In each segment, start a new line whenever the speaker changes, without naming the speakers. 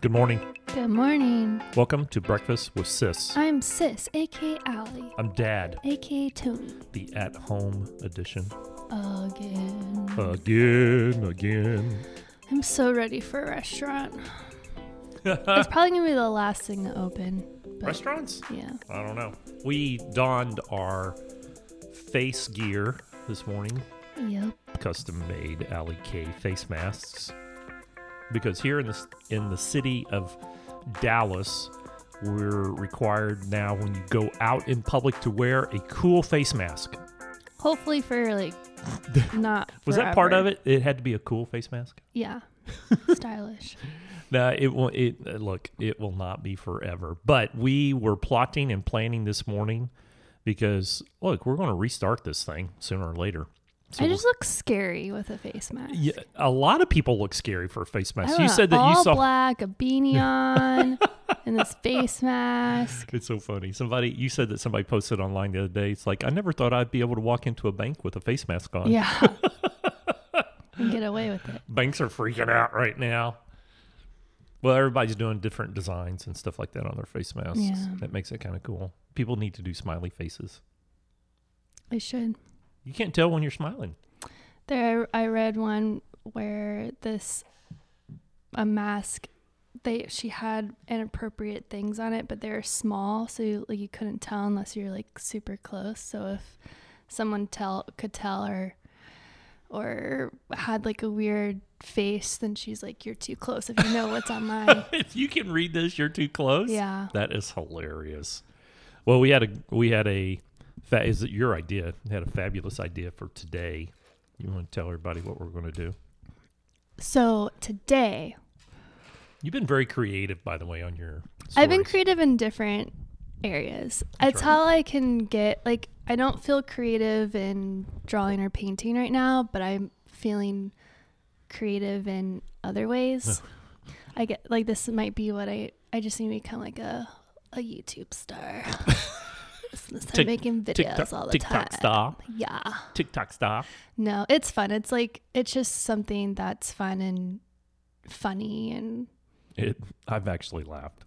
Good morning.
Good morning.
Welcome to Breakfast with Sis.
I'm Sis, aka Allie,
I'm Dad,
aka Tony.
the at home edition.
Again.
Again, again.
I'm so ready for a restaurant. It's probably gonna be the last thing to open. but-
Restaurants?
Yeah.
I don't know. We donned our face gear this morning,
Yep.
custom made Alley K face masks. Because here in the, in the city of Dallas, we're required now when you go out in public to wear a cool face mask.
Hopefully for like not.
Was that part of
forever.
it? It had to be a cool face mask?
Yeah. Stylish.
No, it will. It uh, look, it will not be forever. But we were plotting and planning this morning because look, we're going to restart this thing sooner or later. So
I just look scary with a face mask.
yeah, a lot of people look scary for a face
I
mask.
don't
You
know,
said that
all
you saw.
black, a beanie on, and this face mask.
It's so funny. Somebody, you said that somebody posted online the other day. It's like I never thought I'd be able to walk into a bank with a face mask on.
Yeah. and get away with it.
Banks are freaking out right now. Well, everybody's doing different designs and stuff like that on their face masks.
Yeah.
That makes it kind of cool. People need to do smiley faces.
I should.
You can't tell when you're smiling.
There, I read one where this a mask. They she had inappropriate things on it, but they're small, so you, like you couldn't tell unless you're like super close. So if someone tell could tell or or had like a weird face, then she's like, "You're too close." If you know what's on mine,
if you can read this, you're too close.
yeah,
That is hilarious. Well, we had a we had a fa- is it your idea? We had a fabulous idea for today. You want to tell everybody what we're going to do?
So today,
You've been very creative, by the way, on your.
I've been
stories.
creative in different areas.
That's
it's
right.
how I can get like I don't feel creative in drawing or painting right now, but I'm feeling creative in other ways. I get like this might be what I I just need to become like a a YouTube star. Since
Tik-
I'm making videos
TikTok,
all the
TikTok
time.
star,
Yeah.
TikTok star.
No, it's fun. It's like it's just something that's fun and funny and
It. I've actually laughed.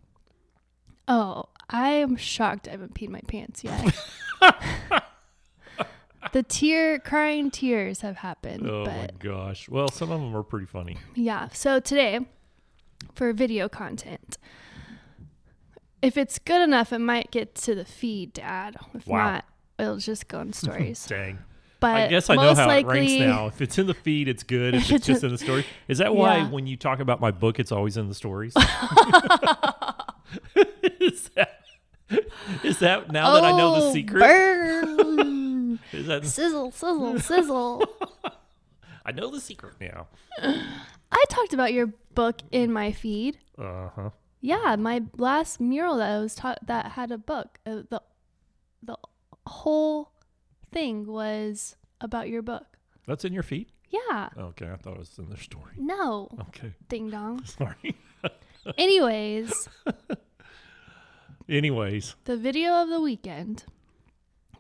Oh, I am shocked I haven't peed my pants yet. the tear crying tears have happened,
Oh my
but
gosh! Well, some of them are pretty funny.
yeah. So today for video content. If it's good enough, it might get to the feed, Dad. If
Wow.
not, it'll just go in stories.
Dang.
But
I guess I know
most
how it ranks
likely,
now. If it's in the feed, it's good. If it's just in the story, is that why
Yeah.
when you talk about my book, it's always in the stories? is that is that now that I know the
Oh,
secret?
burn.
Is that
sizzle, sizzle, sizzle.
I know the secret now?
I talked about your book in my feed.
Uh huh.
Yeah, my last mural that I was taught that had a book. Uh, the the whole thing was about your book.
That's in your feed.
Yeah.
Okay, I thought it was in the story.
No.
Okay,
Ding dong.
sorry.
Anyways,
Anyways,
the video of the weekend.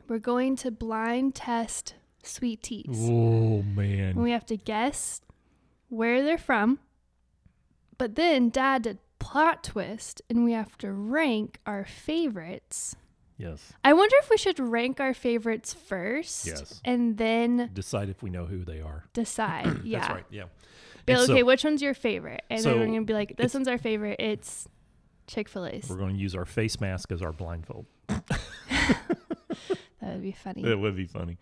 We're going to blind test sweet teas.
oh
And
man,
we have to guess where they're from. But then dad did plot twist and we have to rank our favorites.
yes.
I wonder if we should rank our favorites first
Yes.
and then
Decide if we know who they are.
decide. yeah.
That's right. Yeah.
Be like,
And so
okay, which one's your favorite? And then we're
so
going to be like,
it's-
this one's our favorite. It's Chick fil A's.
we're going to use our face mask as our blindfold.
That would be funny.
That would be funny.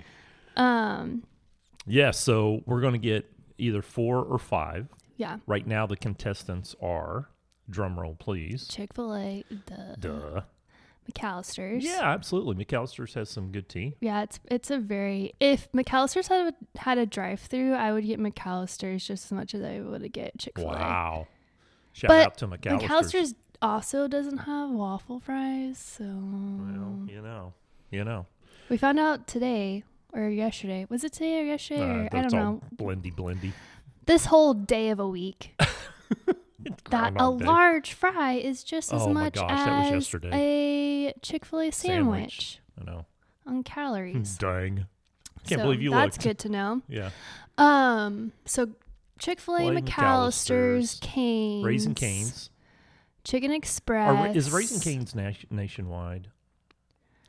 Um,
Yeah, so we're going to get either four or five.
yeah.
Right now, the contestants are drum roll, please.
Chick fil A, the
Duh.
McAllister's.
Yeah, absolutely. McAllister's has some good tea.
Yeah, it's it's a very if McAllister's had a, had a drive through, I would get McAllister's just as much as I would get Chick fil A.
Wow. Shout
But
out to McAllister's.
McAllister's also doesn't have waffle fries, so
Well, you know, you know.
We found out today or yesterday. Was it today or yesterday? or, Eh, I
Uh, that's
don't know.
all Blendy, blendy.
This whole day of a week that a
Groundhog Day.
large fry is just as
Oh my
much
gosh, that was
as
yesterday.
a Chick Fil A
Sandwich.
sandwich.
I know.
on calories.
Dang. Can't
so
believe you
That's
looked.
good to know.
Yeah.
Um, so Chick Fil A,
Filet McAllister's,
McAllister's, Canes,
Raisin Canes.
Chicken
Are,
Express.
is Raisin Canes nation- nationwide?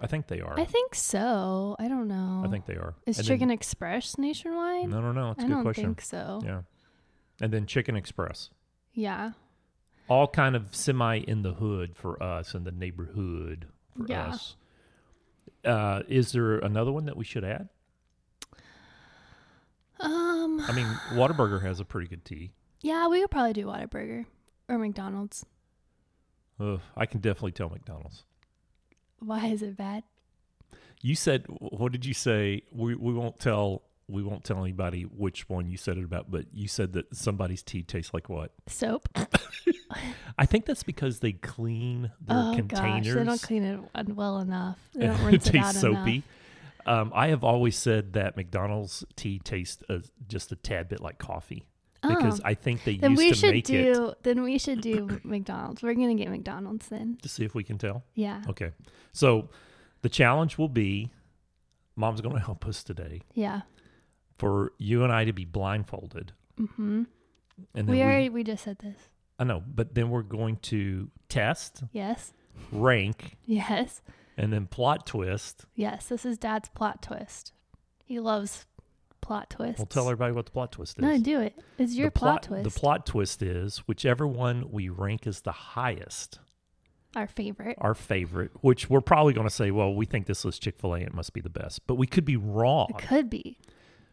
I think they are.
I think so. I don't know.
I think they are.
is
And then-
Chicken Express nationwide?
I don't know. It's a
I
good
don't
question.
think so. Yeah.
Yeah. And then Chicken Express. All kind of semi in the hood for us and the neighborhood for
Yeah.
us. Uh, is there another one that we should add?
Um.
I mean, Whataburger has a pretty good tea.
Yeah, we could probably do Whataburger or McDonald's.
Ugh, I can definitely tell McDonald's.
Why is it bad?
You said, what did you say? We, we won't tell we won't tell anybody which one you said it about, but you said that somebody's tea tastes like what?
Soap.
I think that's because they clean their
oh
containers.
gosh, they don't clean it w- well enough. They don't
it
rinse it, out
tastes
enough.
soapy. Um, I have always said that McDonald's tea tastes uh, just a tad bit like coffee because
Oh.
I think they
Then
used
we
to
should
make it
do. Then we should do McDonald's. We're gonna get McDonald's then.
to see if we can tell.
Yeah.
Okay, so the challenge will be, Mom's going to help us today
Yeah.
for you and I to be blindfolded,
Mm-hmm.
and then
We
we,
already we just said this.
I know, but then we're going to test,
Yes.
rank,
Yes.
and then plot twist.
Yes. This is Dad's plot twist. He loves plot twists.
We'll tell everybody what the plot twist is.
No, do it. It's your
the plot,
plot, twist.
The plot twist is whichever one we rank as the highest,
Our favorite.
our favorite, which we're probably going to say, well, we think this is Chick fil A, it must be the best. But we could be wrong.
It could be.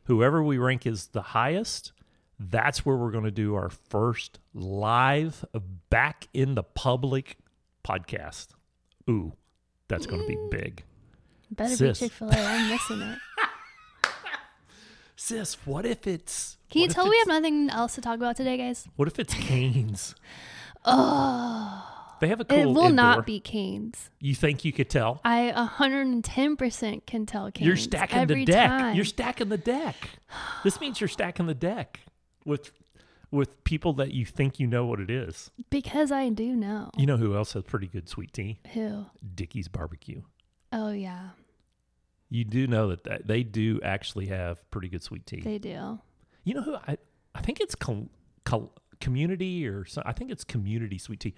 Whoever we rank as the highest, that's where we're going to do our first live back in the public podcast. Ooh, that's going to be big.
Better
Sis.
be Chick Fil A. I'm missing it.
Sis, what if it's.
Can you
what if
tell we
it's-
have nothing else to talk about today, guys?
What if it's Canes?
Oh,
They have a cool.
it will
indoor-
not be canes.
You think you could tell?
I 110% can tell canes.
You're stacking
every
the deck.
Time.
You're stacking the deck. This means you're stacking the deck with with people that you think you know what it is.
because I do know
You know who else has pretty good sweet tea?
who.
Dickie's Barbecue.
Oh yeah,
You do know that, that they do actually have pretty good sweet tea.
they do.
you know who I I think it's col, col, community or some, I think it's community sweet tea.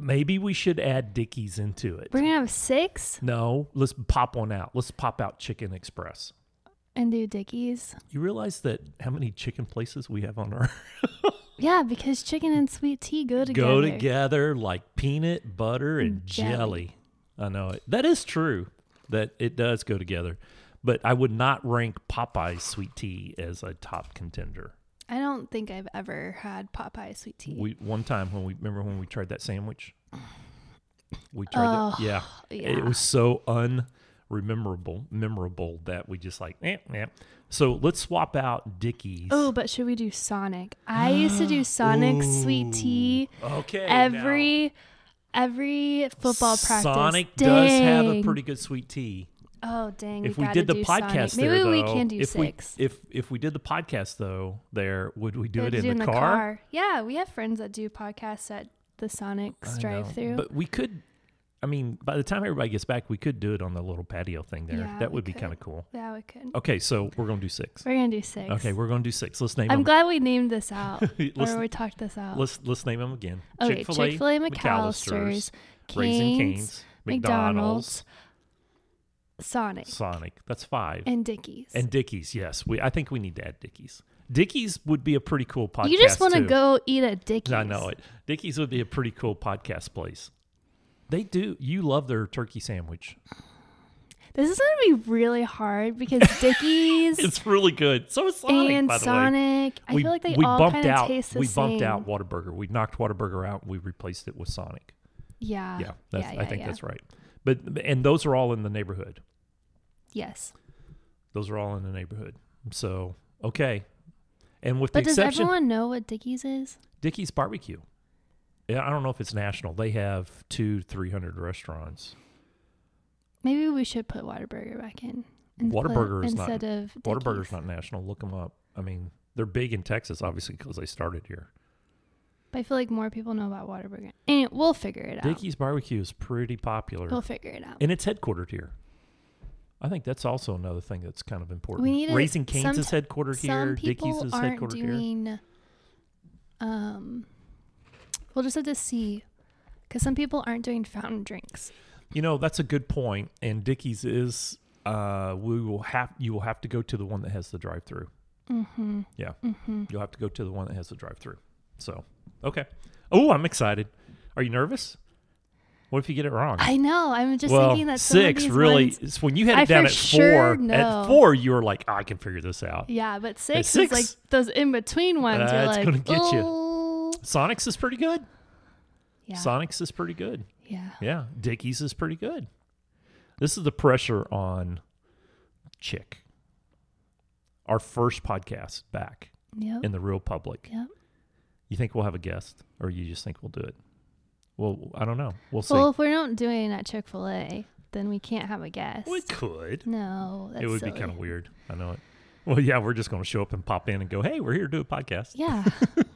Maybe we should add Dickie's into it.
We're gonna have six
no, let's pop one out. Let's pop out Chicken Express.
and do Dickies.
You realize that how many chicken places we have on our
Yeah, because chicken and sweet tea go together.
go together like peanut butter and
Jelly.
jelly. I know it. That is true. That it does go together. But I would not rank Popeye's sweet tea as a top contender.
I don't think I've ever had Popeye sweet tea.
We one time when we remember when we tried that sandwich. We tried
Oh,
that. Yeah.
yeah.
It was so unrememberable, memorable that we just like, eh, eh. So let's swap out Dickies.
oh, but should we do Sonic? I used to do Sonic sweet tea
Okay. now-
every every football practice.
Sonic does have a
Dang.
pretty good sweet tea.
Oh dang!
if
we,
we
gotta
did the
do
podcast
Sonic. maybe
there,
we
though,
can do
if
six.
We, if if we did the podcast though, there would we do
We
it
could
in, the,
do
car?
Yeah, we have friends that do podcasts at the Sonic's
I know.
drive-through.
But we could. I mean, by the time everybody gets back, we could do it on the little patio thing there.
Yeah,
that
we
would be
could.
kind of cool.
yeah, we could.
Okay, so we're gonna do 6
We're gonna do six.
Okay, we're gonna do six. Let's name
I'm
them.
glad we named this out,
Let's-
or we talked this out.
Let's let's name them again.
okay,
Chick-fil-A,
Chick-fil-A,
McAllister's,
McAllister's,
Raisin
Cane's,
Canes,
McDonald's, Sonic,
Sonic. That's five.
and Dickies.
And Dickies, yes. We I think we need to add Dickies. Dickies would be a pretty cool podcast.
you just want to
too.
go eat at Dickies.
I know it. Dickies would be a pretty cool podcast place. They do. You love their turkey sandwich.
This is gonna be really hard because Dickies
It's really good. So is Sonic,
and
by the way.
Sonic. I
we,
feel like they
we
all
bumped
kind of
out.
taste the
we
same.
bumped out Whataburger. We knocked Whataburger out. And we replaced it with Sonic.
Yeah.
yeah, that's,
Ah, yeah,
I think
yeah.
that's right. But and those are all in the neighborhood.
Yes.
Those are all in the neighborhood. So okay, and with
But
the
does
exception,
everyone know what Dickies is?
Dickie's Barbecue. Yeah, I don't know if it's national. They have two, three hundred restaurants.
Maybe we should put Whataburger back in. and put-
Whataburger is not-
instead of
Whataburger's
Dickies.
not national. Look them up. I mean, they're big in Texas, obviously, because they started here.
But I feel like more people know about Waterburger. And we'll figure it out.
Dickie's barbecue is pretty popular,
We'll figure it out.
and it's headquartered here. I think that's also another thing that's kind of important.
We need to-
Raising Cane's
some-
is headquartered
Some
here. Dickie's
people
is
aren't
headquartered here.
doing. Um, we'll just have to see, because some people aren't doing fountain drinks.
You know, that's a good point. And Dickie's is uh we will have you will have to go to the one that has the drive through.
Mm-hmm.
Yeah.
Mm-hmm.
You'll have to go to the one that has the drive through. So okay. Oh, I'm excited. Are you nervous? What if you get it wrong?
I know. I'm just
well,
thinking that some of
six
these
really.
ones-
It's when you had it
I
down
for
at
sure
four.
know.
At four, you were like, "Oh, I can figure this out.
yeah, but six,
six-
is like those in between ones. you're
That's
like,
gonna get you.
"Oh."
Sonics is pretty good.
Yeah.
Sonics is pretty good.
yeah.
Yeah, Dickies is pretty good. This is the pressure on Chick. Our first podcast back
Yep.
in the real public.
Yep.
You think we'll have a guest, or you just think we'll do it? Well, I don't know. We'll see.
Well, if we're not doing it at Chick Fil A, then we can't have a guest.
we could.
No, that's
it would be
silly.
kind of weird. I know it. Well, yeah, we're just going to show up and pop in and go, "Hey, we're here to do a podcast."
Yeah,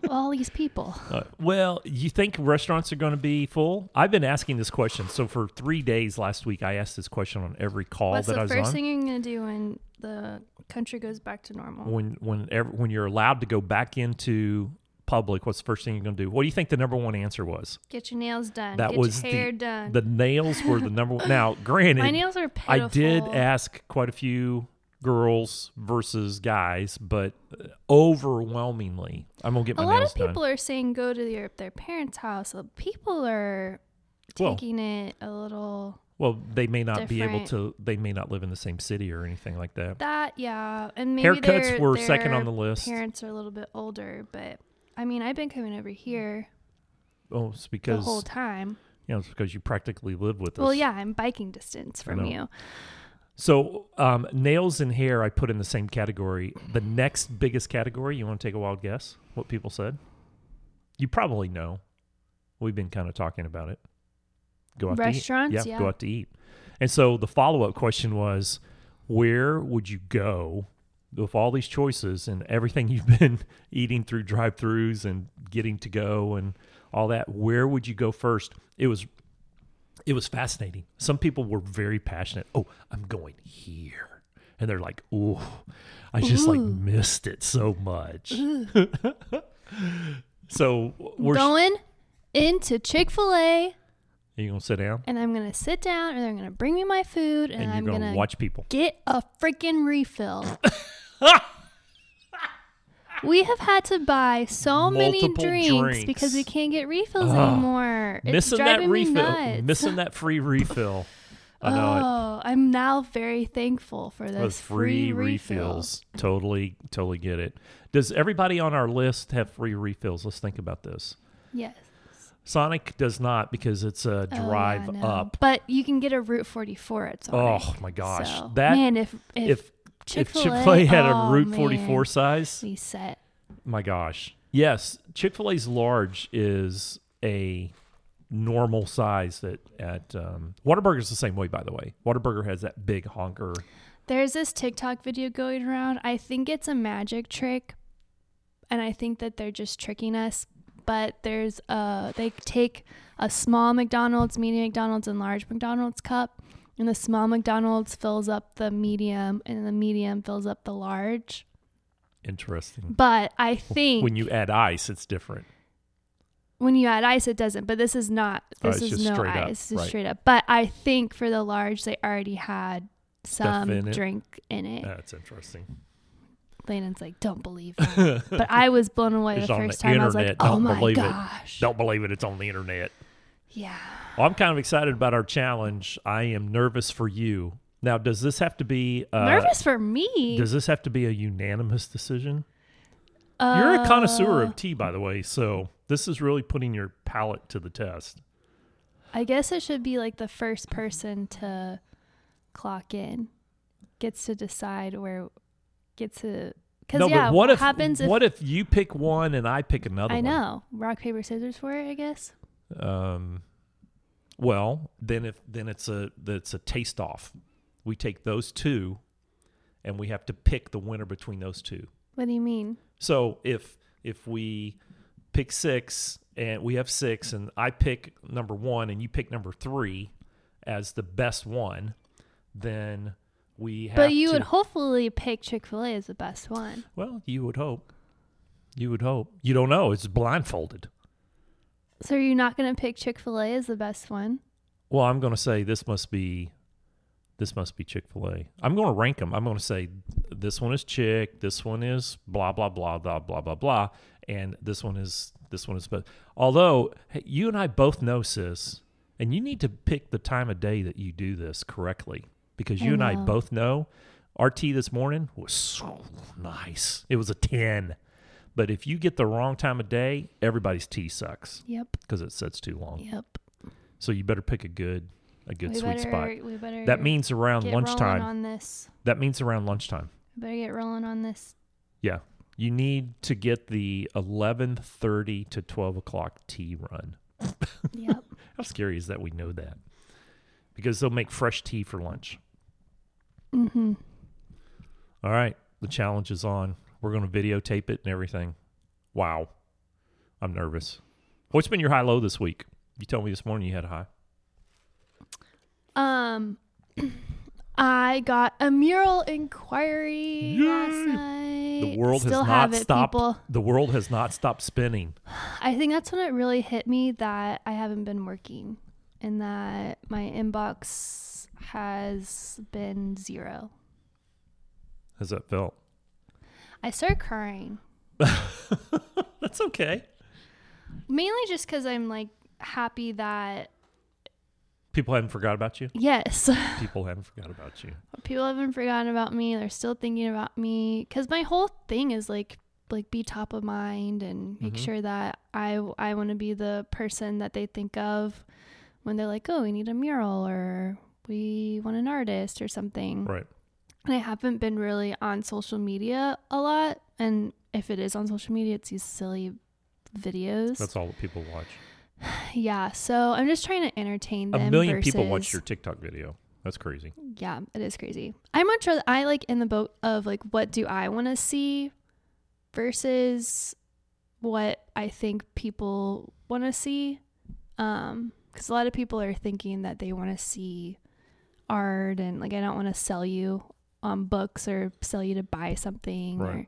all these people.
Uh, well, you think restaurants are going to be full? I've been asking this question. So for three days last week, I asked this question on every call
What's
that I
the
was
first
on.
thing you're gonna do when the country goes back to normal?
when when ever, when you're allowed to go back into public, what's the first thing you're going to do? What do you think the number one answer was?
Get your nails done.
That
Get
was
your hair
the
done.
the nails were the number one. Now, granted,
Uh, My nails are pitiful.
I did ask quite a few girls versus guys, but uh, overwhelmingly, I'm gonna get my
A lot
nails
of people
done.
are saying go to their their parents' house. Uh, People are
Well-
taking it a little.
Well, they may not be able
different.
to. They may not live in the same city or anything like that.
That yeah, and maybe
Haircuts
their-
were second
their
on the list.
Parents are a little bit older, but I mean, I've been coming over here
Oh, it's
the
because
whole time.
you know, it's because you practically live with us.
Well, yeah, I'm biking distance from
know.
you.
So um, nails and hair, I put in the same category. The next biggest category, you want to take a wild guess what people said? You probably know. We've been kind of talking about it. Go out
Restaurants,
to eat.
yeah.
go out to eat. And so the follow up question was, where would you go with all these choices and everything you've been eating through drive throughs and getting to go and all that? Where would you go first? It was it was fascinating. Some people were very passionate. Oh, I'm going here. And they're like, ooh, I just like missed it so much. so we're are
going into Chick Fil A,
you gonna sit down
and I'm gonna sit down, and they're gonna bring me my food, and,
and,
I'm
you're gonna,
gonna
watch people.
get a freaking refill. we have had to buy so many
Multiple
drinks,
drinks.
because we can't get refills
Ugh.
anymore. It's
missing that
driving me
refill.
nuts.
Missing that free refill. I know
oh, I'm now very thankful for
it.
those
Those free refills. Totally, totally get it. Does everybody on our list have free refills? Let's think about this.
Yes.
Sonic does not because it's a
Oh, yeah,
drive
no.
up.
But you can get a Route 44 at Sonic.
Oh my gosh.
So,
that
man, if if,
if if
Chick-fil-A,
Chick Fil A had
oh,
a Route
man,
44 size,
we set.
my gosh, yes, Chick Fil A's large is a normal size that at um, Waterburger's the same way. By the way, Waterburger has that big honker.
There's this TikTok video going around. I think it's a magic trick, and I think that they're just tricking us. But there's a they take a small McDonald's, medium McDonald's, and large McDonald's cup, and the small McDonald's fills up the medium, and the medium fills up the large.
Interesting.
But I think
Mm. When you add ice, it's different.
when you add ice, it doesn't. But this is not.
Oh,
This
it's
is
just
no
straight
ice.
up,
This is
right.
straight up. But I think for the large, they already had some
in it.
drink in it.
That's interesting.
Landon's like, don't believe that. but I was blown away
It's
the
on the
first time. I was like,
internet.
oh
Don't
my
believe it.
gosh.
Don't believe it. It's on the internet.
Yeah.
Well, I'm kind of excited about our challenge. I am nervous for you. Now, does this have to be uh,
Nervous for me.
Does this have to be a unanimous decision? You're
Uh,
a connoisseur of tea, by the way, so this is really putting your palate to the test.
I guess it should be like the first person to clock in gets to decide where, gets to. Because, yeah, what,
if
happens if.
what if you pick one and I pick another?
I know. Rock, paper, scissors for it, I guess.
One? Um, well, then if then it's a that's a taste off. We take those two, and we have to pick the winner between those two.
What do you mean?
So if if we pick six and we have six, and I pick number one, and you pick number three as the best one, then we have.
But you
to,
would hopefully pick Chick Fil A as the best one.
Well, you would hope. You would hope. You don't know. It's blindfolded.
So are you not going to pick Chick Fil A as the best one?
Well, I'm going to say this must be, this must be Chick Fil A. I'm going to rank them. I'm going to say this one is Chick, this one is blah blah blah blah blah blah blah, and this one is this one is. But although hey, you and I both know, sis, and you need to pick the time of day that you do this correctly because
I
you and I
know.
both know RT this morning was so nice. It was a ten, but if you get the wrong time of day, everybody's tea sucks
Yep.
because it sets too long.
Yep.
So you better pick a good a Oh, good
we
sweet
better,
spot.
We better
That means around
get
lunchtime.
rolling on this.
that means around lunchtime.
We better get rolling on this.
Yeah. You need to get the eleven thirty to twelve o'clock tea run.
Yep.
How scary is that we know that? Because they'll make fresh tea for lunch.
mm-hmm.
All right. The challenge is on. We're gonna videotape it and everything. Wow. I'm nervous. What's been your high low this week? You told me this morning you had a high.
Um, I got a mural inquiry
Yay!
last night.
The world
Still
has
have
not
it,
stopped.
People.
The world has not stopped spinning.
I think that's when it really hit me that I haven't been working and that my inbox has been zero.
How's that felt?
I started crying
That's okay.
mainly just because I'm like happy that,
People haven't forgot about you.
yes,
People haven't forgot about you.
people haven't forgotten about me. They're still thinking about me because my whole thing is like, like be top of mind and make
Mhm.
sure that I I want to be the person that they think of when they're like, oh, we need a mural or we want an artist or something.
Right.
And I haven't been really on social media a lot. And if it is on social media, it's these silly videos.
That's all that people watch.
yeah. So I'm just trying to entertain them.
A million people watch
versus-
your TikTok video. That's crazy.
Yeah, it is crazy. I'm much rather I like in the boat of like what do I want to see versus what I think people want to see. Um, because a lot of people are thinking that they want to see art and like I don't want to sell you um books or sell you to buy something
Right.
or,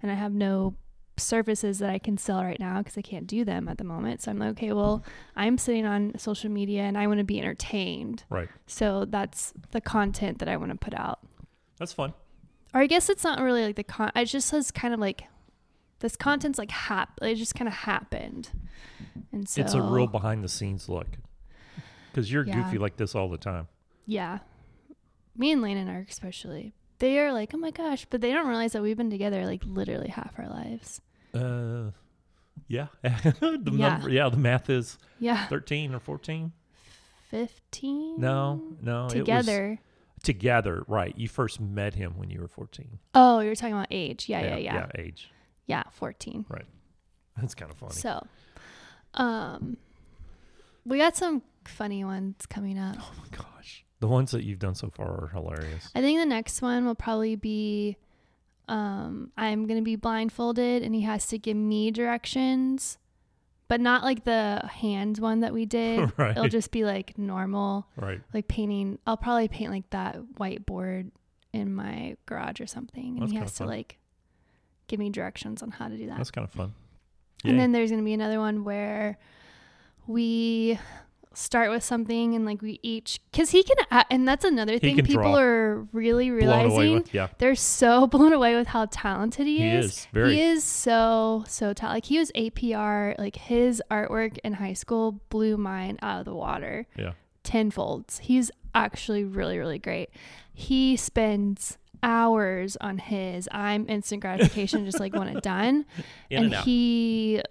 and I have no services that I can sell right now because I can't do them at the moment. So I'm like, okay, well, I'm sitting on social media and I want to be entertained.
Right.
So that's the content that I want to put out.
That's fun.
Or I guess it's not really like the con. It just has kind of like this content's like hap. It just kind of happened, and so
it's a real behind the scenes look. Because you're
Yeah.
goofy like this all the time.
yeah. Me and Landon are especially. They are like, oh my gosh, but they don't realize that we've been together like literally half our lives.
Uh, yeah. the
Yeah.
Number, yeah. The math is
Yeah,
thirteen or fourteen.
fifteen.
No, no. It was
together.
together. Right. You first met him when you were fourteen.
oh, you're talking about age. Yeah, yeah, yeah, yeah.
age.
fourteen.
That's kind of funny.
So, um, we got some funny ones coming up.
oh my gosh. The ones that you've done so far are hilarious.
I think the next one will probably be um, I'm going to be blindfolded and he has to give me directions, but not like the hand one that we did. It'll
Right.
just be like normal,
right.
like painting. I'll probably paint like that whiteboard in my garage or something. And
That's
he
kinda
has
fun.
to like give me directions on how to do that.
That's kind of fun.
And
Yay.
then there's going to be another one where we start with something and like we each cuz he can a- and that's another thing
can
people
draw.
are really
Blown away
realizing
with. Yeah.
they're so blown away with how talented he,
He
is.
is, very.
He is so so talented. Like he was APR, like his artwork in high school blew mine out of the water
Yeah.
tenfolds. He's actually really really great. He spends hours on his. I'm instant gratification, just like want it done,
In
and
and out.
he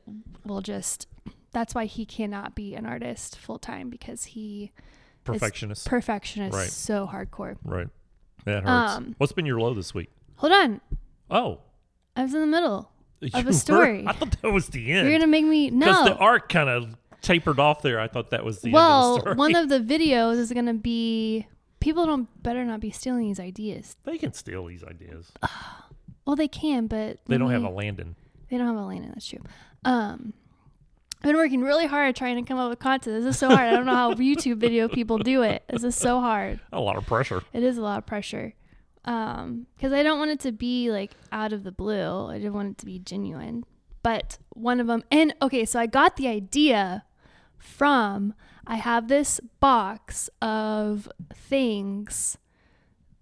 will just. That's why he cannot be an artist full time because he
Perfectionist.
perfectionist
Right.
so hardcore.
Right. That hurts.
Um,
What's been your low this week?
Hold on,
Oh.
I was in the middle.
you
a
were-
story.
I thought that was the
You're
end.
gonna make me no.
the arc kind of tapered off there. I thought that was the
well,
end of the story.
one of the videos is gonna be people don't better not be stealing these ideas.
they can steal these ideas.
Oh, Well, they can, but
They
let
don't have
me-
a Landon.
they don't have a lane in. That's true. Um, I've been working really hard trying to come up with content. This is so hard. I don't know how YouTube video people do it. This is so hard.
A lot of pressure.
It is a lot of pressure. Um, because I don't want it to be like out of the blue. I just want it to be genuine. But one of them, and okay, so I got the idea from I have this box of things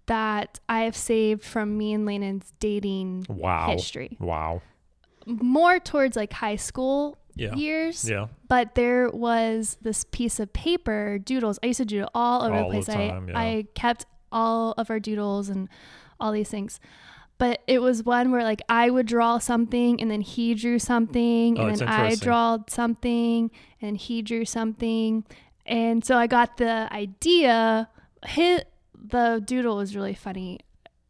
that I have saved from me and Lennon's dating
Wow.
history,
Wow.
more towards like high school
Yeah.
years.
Yeah.
But there was this piece of paper, doodles. I used to doodle all over
All
the
the
place.
time,
I,
yeah.
I kept all of our doodles and all these things. But it was one where like I would draw something and then he drew something
Oh,
and
it's
then I
interesting.
draw something and he drew something. And so I got the idea. His, the doodle was really funny.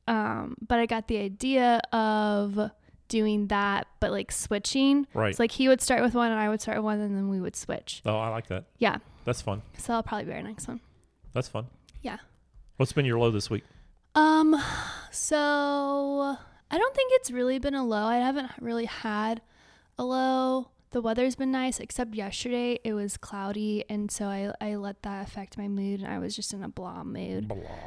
Um, but I got the idea of doing that, but like switching.
Right.
It's like he would start with one and I would start with one and then we would switch.
Oh, I like that.
Yeah.
That's fun.
So that'll probably be our next one.
That's fun.
Yeah.
What's been your low this week?
Um so I don't think it's really been a low. I haven't really had a low. The weather's been nice except yesterday it was cloudy and so I, I let that affect my mood and I was just in a blah mood.
Blah.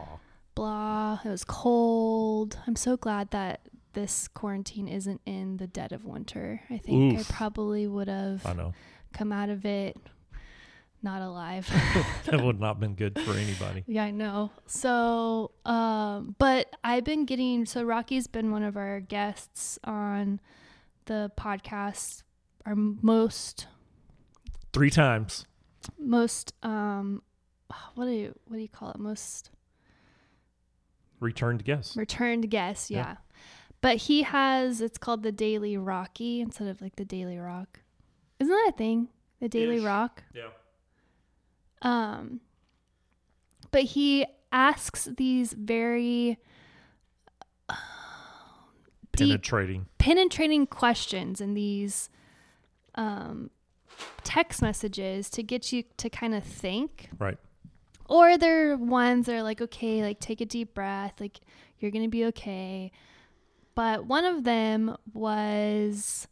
Blah. It was cold. I'm so glad that this quarantine isn't in the dead of winter. I
Oof.
think I probably would have
I know.
come out of it not alive.
that would not have been good for anybody.
Yeah, I know. So, um, but I've been getting so Rocky's been one of our guests on the podcast, our most
Three times.
most um, what do you what do you call it? Most
Returned guess.
returned guest,
Yeah.
yeah. But he has it's called the Daily Rocky instead of like the Daily Rock. Isn't that a thing? The Daily
Ish.
Rock.
Yeah.
Um, but he asks these very um, deep
Penetrating.
penetrating questions in these um, text messages to get you to kind of think.
Right.
Or they're ones that are like, okay, like take a deep breath, like you're going to be okay. But one of them was,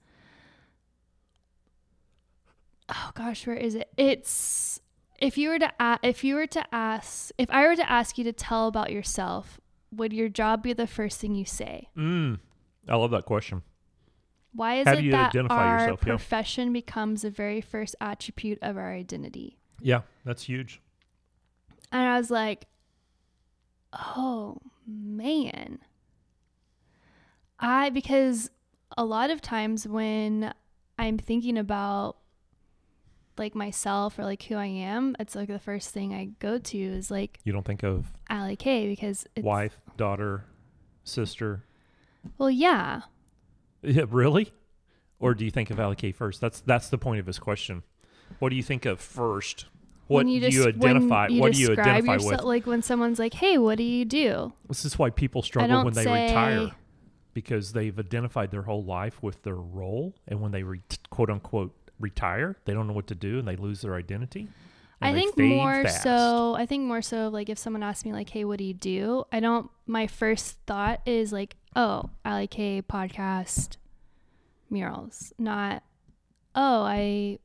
oh gosh, where is it? It's if you were to a- if you were to ask if I were to ask you to tell about yourself, would your job be the first thing you say?
Mm. I love that question.
Why is
How
it
do you
that
identify
our
yourself? Yeah.
profession becomes the very first attribute of our identity?
Yeah. That's huge.
And I was like, oh man. I, because a lot of times when I'm thinking about like myself or like who I am, it's like the first thing I go to is like
You don't think of
Allie K because it's,
wife, daughter, sister.
well, yeah.
Yeah, really? Or do you think of Allie K first? That's that's the point of his question. What do you think of first? What
When
do you
des- when
identify? what do you
describe
identify
yourself,
with?
Like when someone's like, hey, what do you do?
This is why people struggle
don't
when they
say-
retire because they've identified their whole life with their role. And when they re- quote unquote retire, they don't know what to do and they lose their identity. and
I
they
think
fade
more
fast.
so. I think more so. Like if someone asks me, like, "Hey, what do you do?" I don't. My first thought is like, "Oh, Allie K podcast murals," not, "Oh, I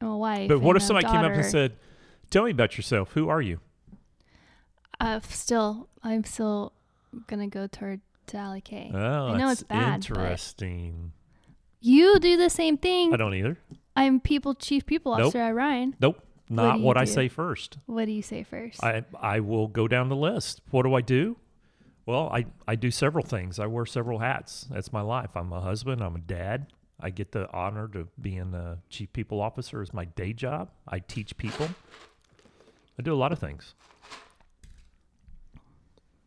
am a wife."
But what
and
if
a
somebody came up and
daughter."
said, Tell me about yourself. Who are you?
Uh, f- still, I'm still gonna go toward to Allie K.
Oh,
I know
that's
it's bad, but-
interesting.
you do the same
I
thing.
don't either.
I'm people chief people
Nope.
officer at Ryan.
Nope. Not
do
what,
you
I
do?
say first.
What do you say first?
I I will go down the list. What do I do? Well, I, I do several things. I wear several hats. That's my life. I'm a husband. I'm a dad. I get the honor to being a chief people officer as my day job. I teach people. I do a lot of things.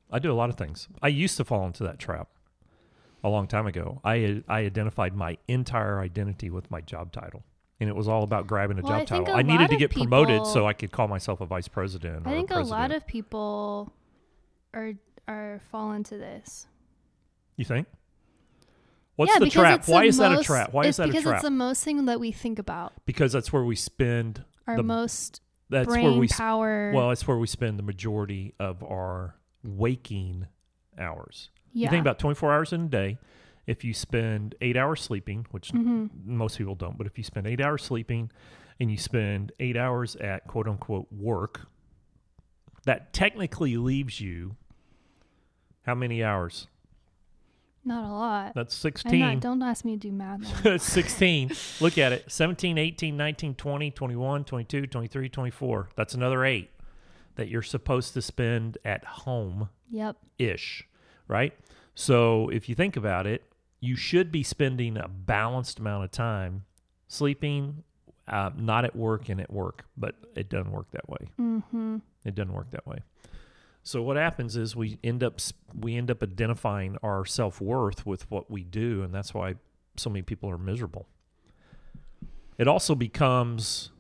I do a lot of things. I used to fall into that trap a long time ago. I I identified my entire identity with my job title, and it was all about grabbing a
Well,
job
I think
title.
a
I needed
lot
to
of
get promoted
people-
so I could call myself a vice president. Or
I think a
president.
lot of people are are fall into this.
You think? What's
Yeah,
the
because
trap?
it's the
Why is that a
most-
trap? Why
it's
is that a
because
trap?
it's the most thing that we think about.
because that's where we spend.
Our
The
most
That's
brain
where we. sp-
power.
well, it's where we spend the majority of our waking hours.
yeah.
You think about 24 hours in a day, if you spend eight hours sleeping, which
Mhm.
most people don't, but if you spend eight hours sleeping and you spend eight hours at quote unquote work, that technically leaves you how many hours?
Not a lot.
That's
I'm
16.
not, don't ask me to do math.
16. Look at it. 17, 18, 19, 20, 21, 22, 23, 24. That's another eight that you're supposed to spend at home
yep.
ish, right? So if you think about it, you should be spending a balanced amount of time sleeping, uh, not at work and at work, but it doesn't work that way.
Mm-hmm.
It doesn't work that way. So what happens is we end up s- we end up identifying our self worth with what we do, and that's why so many people are miserable. It also becomes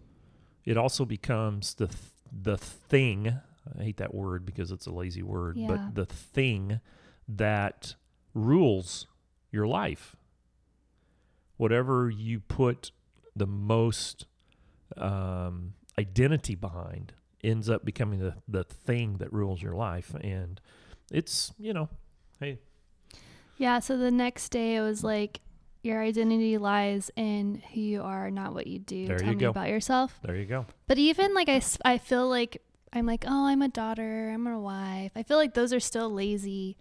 it also becomes the th- the thing. I hate that word because it's a lazy word,
Yeah.
but the thing that rules your life. Whatever you put the most um, identity behind ends up becoming the, the thing that rules your life. And it's, you know, hey,
Yeah. So the next day, it was like your identity lies in who you are, not what you do.
There
Tell
you
me
go.
about yourself.
there you go.
But even like I, s- I feel like I'm like, oh, I'm a daughter, I'm a wife. I feel like those are still lazy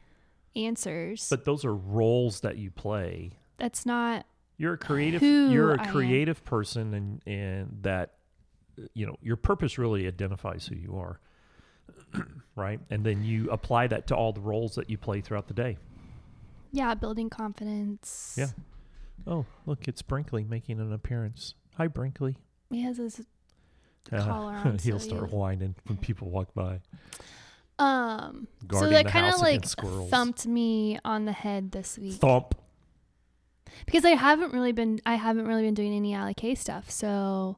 answers.
But those are roles that you play.
that's not
You're a creative
Who
you're
I
a
am.
creative person and and that you know, your purpose really identifies who you are. right? And then you apply that to all the roles that you play throughout the day.
yeah, building confidence.
Yeah. Oh, look, it's Brinkley making an appearance. Hi Brinkley.
He has his
Uh,
collar on.
He'll
so
start
you-
whining when people walk by.
Um so
guarding
that
the
kind
house
of like
against squirrels.
thumped me on the head this week.
Thump.
because I haven't really been I haven't really been doing any Ally K stuff, so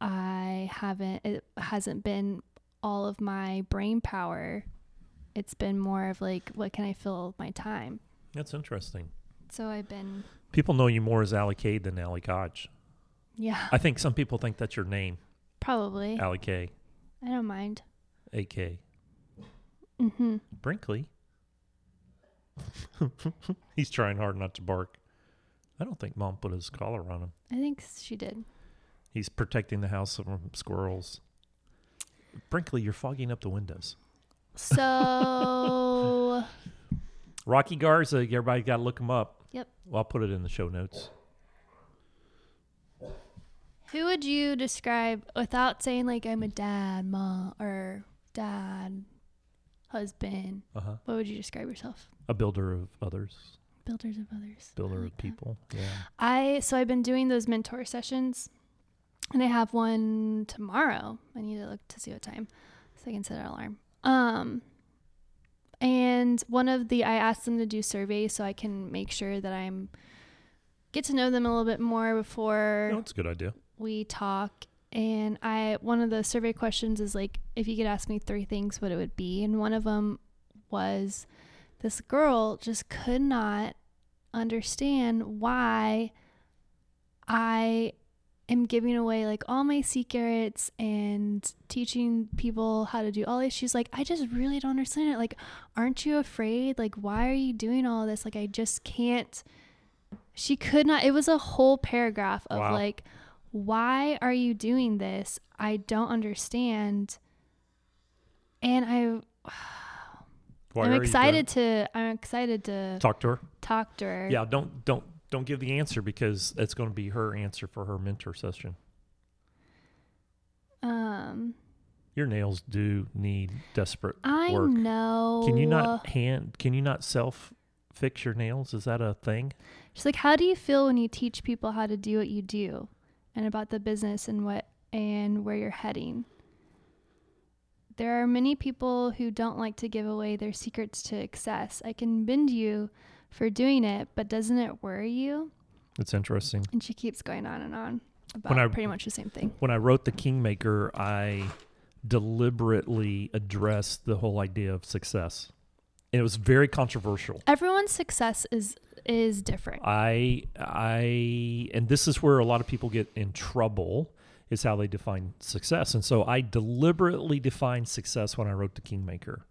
I haven't it hasn't been all of my brain power. It's been more of like what can I fill my time.
That's interesting.
So I've been
People know you more as Alley Cade than Alley Koch.
yeah,
I think some people think that's your name,
probably.
Alley K,
I don't mind.
AK
Mhm.
Brinkley. He's trying hard not to bark. I don't think mom put his collar on him.
I think she did.
He's protecting the house from squirrels. Brinkley, you're fogging up the windows.
So
Rocky Garza, everybody's got to look him up.
Yep.
Well, I'll put it in the show notes.
Who would you describe without saying like I'm a dad, mom, or dad, husband?
Uh huh.
What would you describe yourself?
A builder of others,
Builders of others. I
builder
like
of
that.
people. Yeah.
I so I've been doing those mentor sessions, and I have one tomorrow. I need to look to see what time, so I can set an alarm. Um, and one of the I asked them to do surveys so I can make sure that I'm get to know them a little bit more before
No, it's a good idea.
we talk and i one of the survey questions is like if you could ask me three things what it would be and one of them was this girl just could not understand why i am giving away like all my secrets and teaching people how to do all this she's like i just really don't understand it like aren't you afraid like why are you doing all this like i just can't she could not it was a whole paragraph of
Wow.
like why are you doing this i don't understand and i
Why are you
i'm
doing-
excited to i'm excited to
Talk to her.
talk to her
Yeah, don't don't don't give the answer because it's going to be her answer for her mentor session.
um
Your nails do need desperate
i
work.
know
Can you not hand? Can you not self fix your nails? Is that a thing?
She's like, "How do you feel when you teach people how to do what you do, and about the business and what and where you're heading?" There are many people who don't like to give away their secrets to excess. I can bend you for doing it, but doesn't it worry you?
It's interesting.
And she keeps going on and on about
When I-
pretty much the same thing.
When I wrote the Kingmaker, I deliberately addressed the whole idea of success, and it was very controversial.
Everyone's success is is different.
I I and this is where a lot of people get in trouble is how they define success. And so I deliberately defined success when I wrote The Kingmaker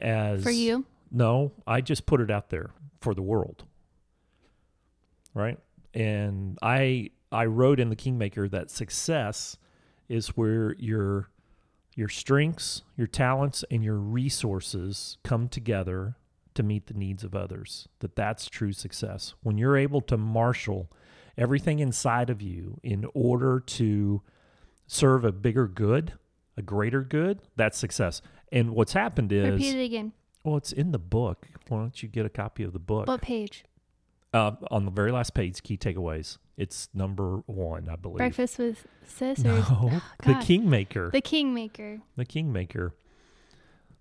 as
For you,
No, I just put it out there for the world. right? And I I wrote in the Kingmaker that success is where your your strengths, your talents, and your resources come together to meet the needs of others. That that's true success. When you're able to marshal everything inside of you in order to serve a bigger good, a greater good, that's success. And what's happened is
Repeat it again.
well, it's in the book. Why don't you get a copy of the book?
What page?
Uh, on the very last page, key takeaways. It's number one, I believe.
Breakfast with Sis or
No,
Oh,
the
God.
Kingmaker.
The Kingmaker.
the Kingmaker.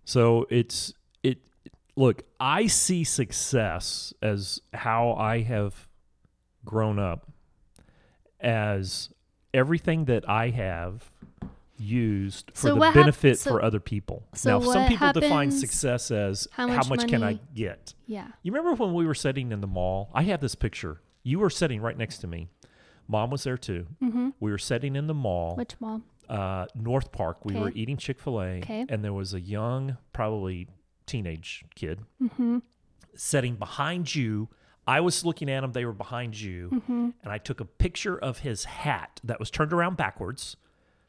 So it's it. Look, I see success as how I have grown up, as everything that I have used for
So
the
what hap-
benefit
so-
for other people. now,
so
some
what
people define
happens-
success as
how
how
much
much can I
money-
get.
Yeah.
You remember when we were sitting in the mall? I have this picture. You were sitting right next to me. Mom was there too.
Mm-hmm.
We were sitting in the mall,
Which mom?
uh, North Park. We were
Okay.
eating Chick fil A,
Okay.
and there was a young, probably teenage kid
Mm-hmm.
sitting behind you. I was looking at him, they were behind you,
Mhm.
and I took a picture of his hat that was turned around backwards.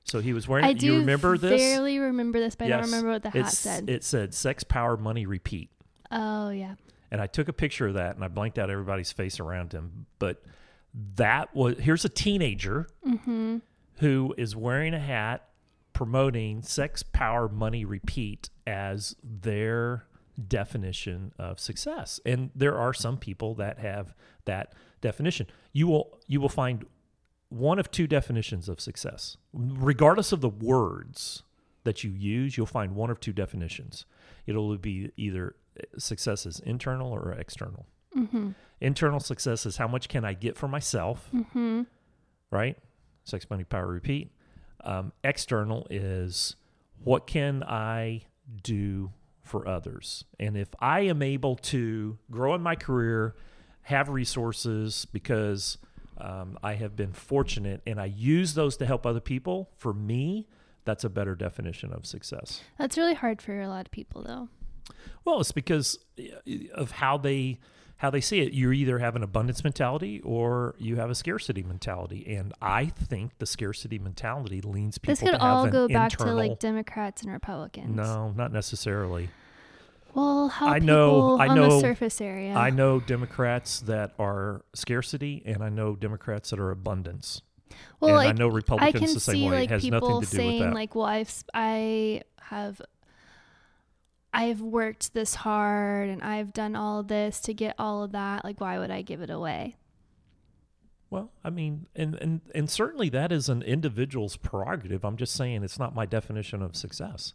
So he was wearing
I
it.
do
You remember this?
barely remember this, but I don't remember what the hat
It's-
said.
It said, Sex, Power, Money, Repeat.
oh yeah.
And I took a picture of that and I blanked out everybody's face around him. But that was here's a teenager who is wearing a hat promoting sex, power, money, repeat as their definition of success. And there are some people that have that definition. You will you will find one of two definitions of success. Regardless of the words that you use, you'll find one of two definitions. It'll be either uh, success is internal or external. Internal success is how much can I get for myself, right? Sex, money, power, repeat. Um, external is what can I do for others? And if I am able to grow in my career, have resources because um, I have been fortunate and I use those to help other people, for me, that's a better definition of success.
That's really hard for a lot of people though.
Well, it's because uh, of how they how they see it. You either have an abundance mentality or you have a scarcity mentality, and I think the scarcity mentality leans people.
This could
to have
all
an
go back
internal,
to like Democrats and Republicans.
no, not necessarily.
Well, how
I
people
know- I
on
know-
the surface area.
I know Democrats that are scarcity, and I know Democrats that are abundance.
well,
and
like,
I know
I
Republicans
can
the same
see
way.
like
it has
people
nothing to do
saying
with that.
like, "Well, I've s- I have I've worked this hard and I've done all this to get all of that. Like, why would I give it away?"
Well, I mean, and, and and certainly that is an individual's prerogative. I'm just saying it's not my definition of success.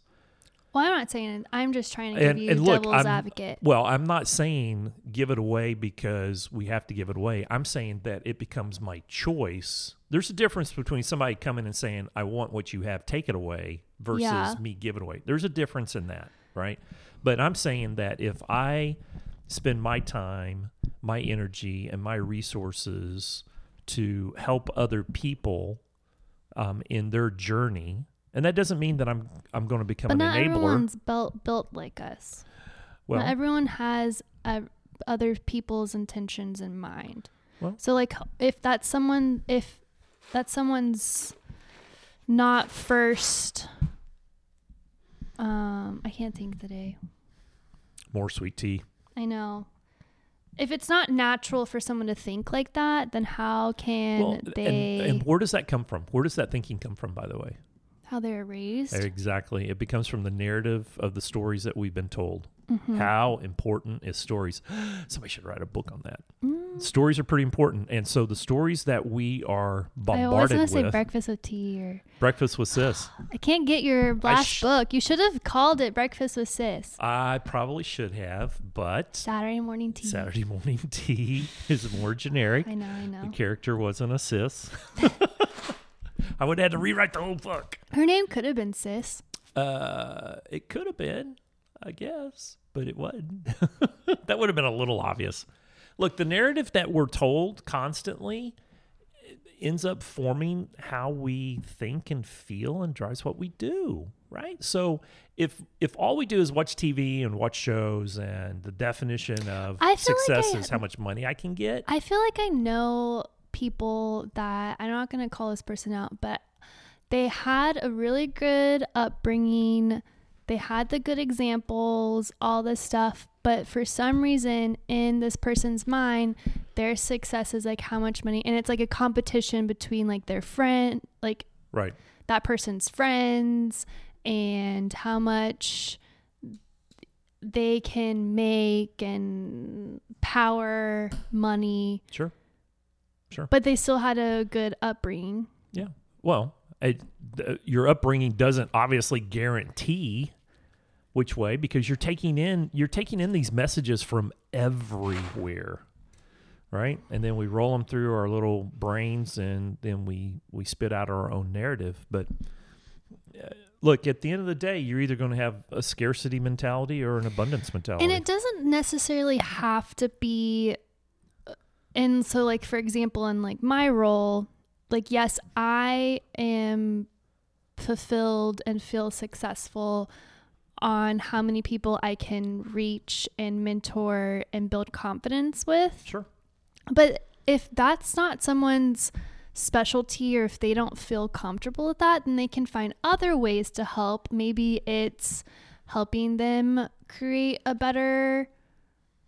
Well, I'm not saying. it. I'm just trying to give
And,
you
and look,
devil's
I'm,
advocate.
well, I'm not saying give it away because we have to give it away. I'm saying that it becomes my choice. There's a difference between somebody coming and saying, I want what you have, take it away, versus
Yeah.
me give it away. There's a difference in that, right? But I'm saying that if I spend my time, my energy, and my resources to help other people um, in their journey, and that doesn't mean that I'm I'm going to become
But
an
not
enabler.
everyone's built built like us.
well,
not everyone has uh, other people's intentions in mind.
Well-
so like if that's someone if that's someone's not first um I can't think today.
more sweet tea.
I know. If it's not natural for someone to think like that, then how can they
and, and where does that come from? Where does that thinking come from, by the way?
how they're raised?
Exactly. It becomes from the narrative of the stories that we've been told.
Mm-hmm.
How important is stories? Somebody should write a book on that.
Mm.
Stories are pretty important. And so the stories that we are
I always
bombarded
want
with
to say breakfast with tea or
breakfast with sis.
I can't get your last
sh-
book. You should have called it breakfast with sis.
I probably should have, but
Saturday morning tea.
Saturday morning tea is more generic.
I know, I know.
The character wasn't a sis. I would have had to rewrite the whole book.
Her name could have been Sis.
Uh, it could have been, I guess, but it wasn't. that would have been a little obvious. Look, the narrative that we're told constantly eh, ends up forming how we think and feel and drives what we do right so if if all we do is watch tv and watch shows and the definition of
I feel like
success
I-
is how much money i can get
I feel like I know people that I'm not going to call this person out, but they had a really good upbringing. They had the good examples, all this stuff. But for some reason, in this person's mind, their success is like how much money. And it's like a competition between like their friend, like
right
that person's friends and how much they can make and power, money,
sure
but they still had a good upbringing.
yeah well it, th- your upbringing doesn't obviously guarantee which way because you're taking in you're taking in these messages from everywhere right and then we roll them through our little brains and then we we spit out our own narrative but uh, look at the end of the day you're either going to have a scarcity mentality or an abundance mentality
And it doesn't necessarily have to be. uh, And so, like, for example, in like my role, like, yes, I am fulfilled and feel successful on how many people I can reach and mentor and build confidence with.
sure
But if that's not someone's specialty or if they don't feel comfortable with that, then they can find other ways to help. Maybe it's helping them create a better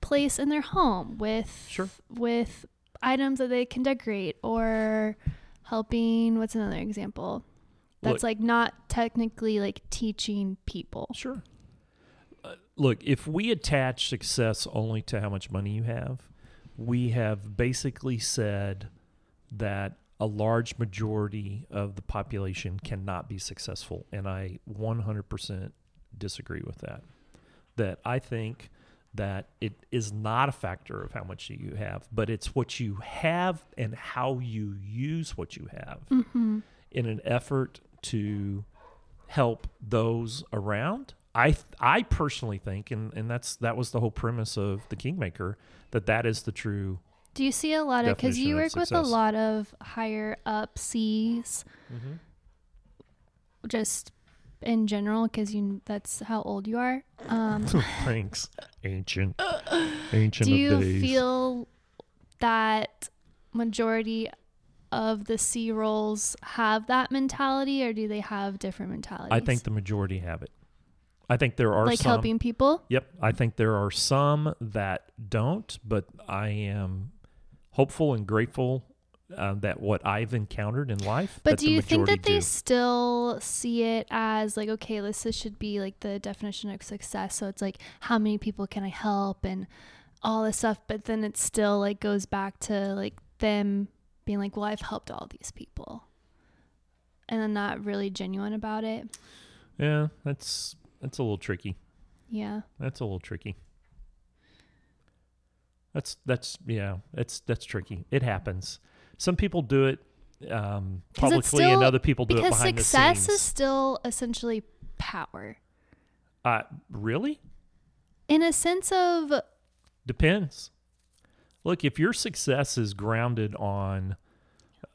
place in their home with
Sure.
with items that they can decorate or helping what's another example?
Look-
That's like not technically like teaching people.
Sure. Uh, look, if we attach success only to how much money you have, we have basically said that a large majority of the population cannot be successful. And I 100% disagree with that. That I think that it is not a factor of how much you have, but it's what you have and how you use what you have
Mhm.
in an effort to help those around. I I personally think, and, and that's that was the whole premise of the Kingmaker, that that is the true.
Do you see a lot of cuz
Definition
you
of
work with a
success.
lot of higher up C's
Mm-hmm.
just in general because you that's how old you are um
Thanks, ancient, ancient of
do you
days.
feel that majority of the c roles have that mentality or do they have different mentalities
I think the majority have it. I think there are
like
some.
helping people
Yep, I think there are some that don't, but I am hopeful and grateful uh, that what I've encountered in life.
but
that
do
the
you think
majority
that they
do.
still see it as like okay this, this should be like the definition of success so it's like how many people can i help and all this stuff but then it still like goes back to like them being like well i've helped all these people and then not really genuine about it
Yeah, that's that's a little tricky.
yeah
That's a little tricky. That's that's yeah, that's that's tricky. It happens. Some people do it um,
'Cause
publicly,
it's
and
still-
other people do it
because
behind the
success
scenes.
is still essentially power
uh, really
in a sense of
depends. Look, if your success is grounded on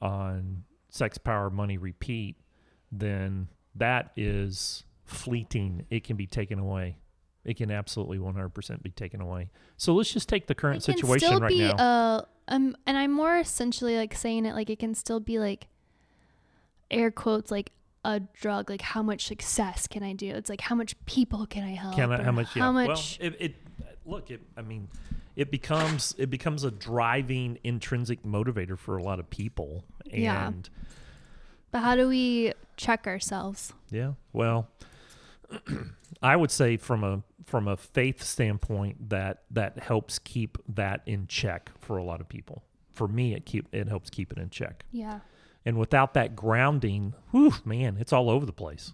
on sex, power, money, repeat, then that is fleeting. It can be taken away. It can absolutely 100% be taken away. So let's just take the current
it can
situation
still
right
be
now.
a um, and I'm more essentially like saying it like it can still be like air quotes like a drug like how much success can I do? It's like how much people can I help?
Can I,
or
how much? Yeah.
How much?
Oh, Well, it, it look. It, I mean, it becomes it becomes a driving intrinsic motivator for a lot of people. And
Yeah. but how do we check ourselves?
Yeah. Well, I would say from a from a faith standpoint that that helps keep that in check for a lot of people. For me, it keep it helps keep it in check.
Yeah.
And without that grounding, whew, man, it's all over the place.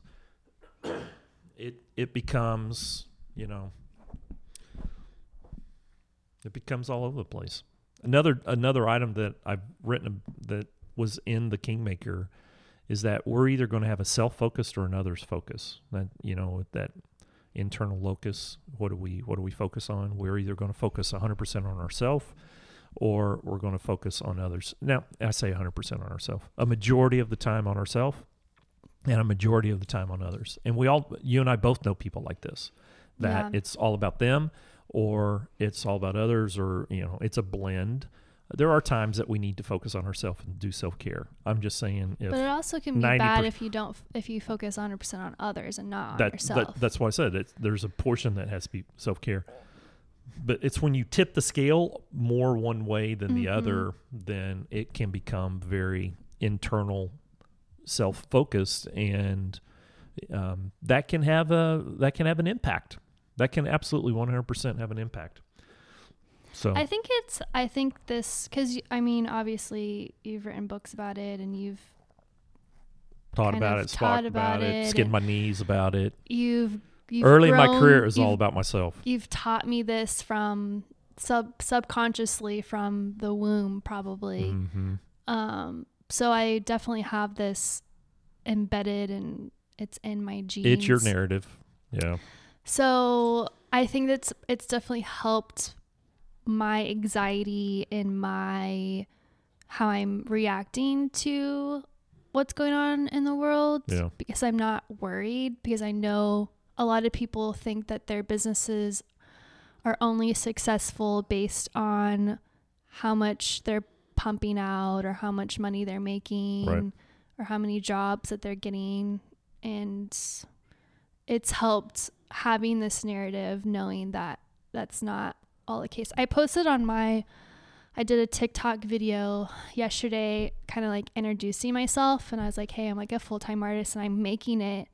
It it becomes, you know, it becomes all over the place. Another another item that I've written ab- that was in the Kingmaker is that we're either going to have a self-focused or an others focus. That you know with that internal locus. What do we what do we focus on? We're either going to focus 100% on ourselves or we're going to focus on others. Now, I say 100% on ourselves, a majority of the time on ourselves and a majority of the time on others. And we all, you and I both know people like this that
Yeah.
it's all about them or it's all about others or, you know, it's a blend. There are times that we need to focus on ourselves and do self care. I'm just saying if
But it also can be
90%
bad if you don't if you focus 100% on others and not on
that,
yourself.
that that's why I said it. There's a portion that has to be self care, but it's when you tip the scale more one way than
Mm-hmm.
the other, then it can become very internal, self focused, and um, that can have a that can have an impact. That can absolutely 100% have an impact. So
I think it's I think this cuz I mean obviously you've written books about it and you've
thought
kind
about
of
it,
taught
talked about
about
it,
it
skinned my knees about it.
you've, you've
Early in my
grown-
career, it was all
you've-
about myself.
you've taught me this from sub subconsciously from the womb probably.
hmm
Um, so I definitely have this embedded and it's in my genes.
It's your narrative. Yeah.
So I think that's it's definitely helped my anxiety and my how I'm reacting to what's going on in the world
Yeah.
because I'm not worried because I know a lot of people think that their businesses are only successful based on how much they're pumping out or how much money they're making
Right.
or how many jobs that they're getting and it's helped having this narrative knowing that that's not all the case. I posted on my I did a TikTok video yesterday kind of like introducing myself and I was like, "Hey, I'm like a full-time artist and I'm making it,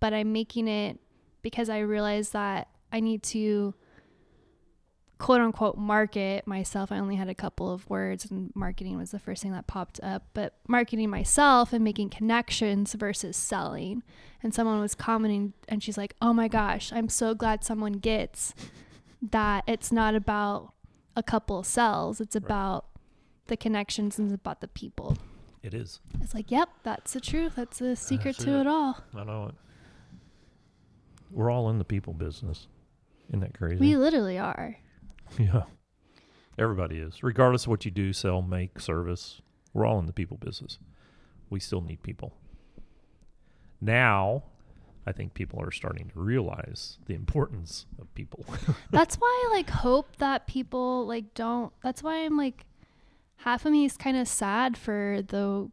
but I'm making it because I realized that I need to quote unquote market myself. I only had a couple of words and marketing was the first thing that popped up, but marketing myself and making connections versus selling. And someone was commenting and she's like, "Oh my gosh, I'm so glad someone gets that it's not about a couple sells, it's about the connections and it's about the people."
It is.
It's like, "Yep, that's the truth. That's the secret
That's
to
it.
it all."
I know it. We're all in the people business. Isn't that crazy?
We literally are.
yeah. Everybody is. Regardless of what you do, sell, make, service, we're all in the people business. We still need people. Now, I think people are starting to realize the importance of people.
That's why I like hope that people like don't. That's why I'm like half of me is kind of sad for the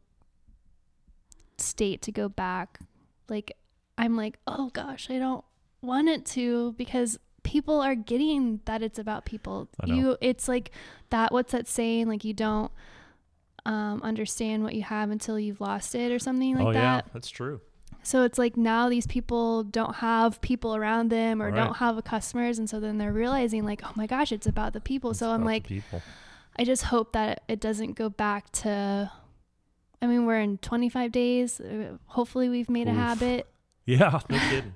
state to go back. Like I'm like, "Oh gosh, I don't want it to because people are getting that it's about people.
I know.
You it's like that what's that saying like you don't um, understand what you have until you've lost it or something like
oh,
that.
yeah. That's true.
So it's like now these people don't have people around them or
Right.
don't have customers. And so then they're realizing, like, oh my gosh, it's about the people.
It's
so I'm
about the
like,
people.
I just hope that it doesn't go back to. I mean, we're in 25 days. Uh, Hopefully, we've made a
Oof.
habit.
Yeah, no kidding.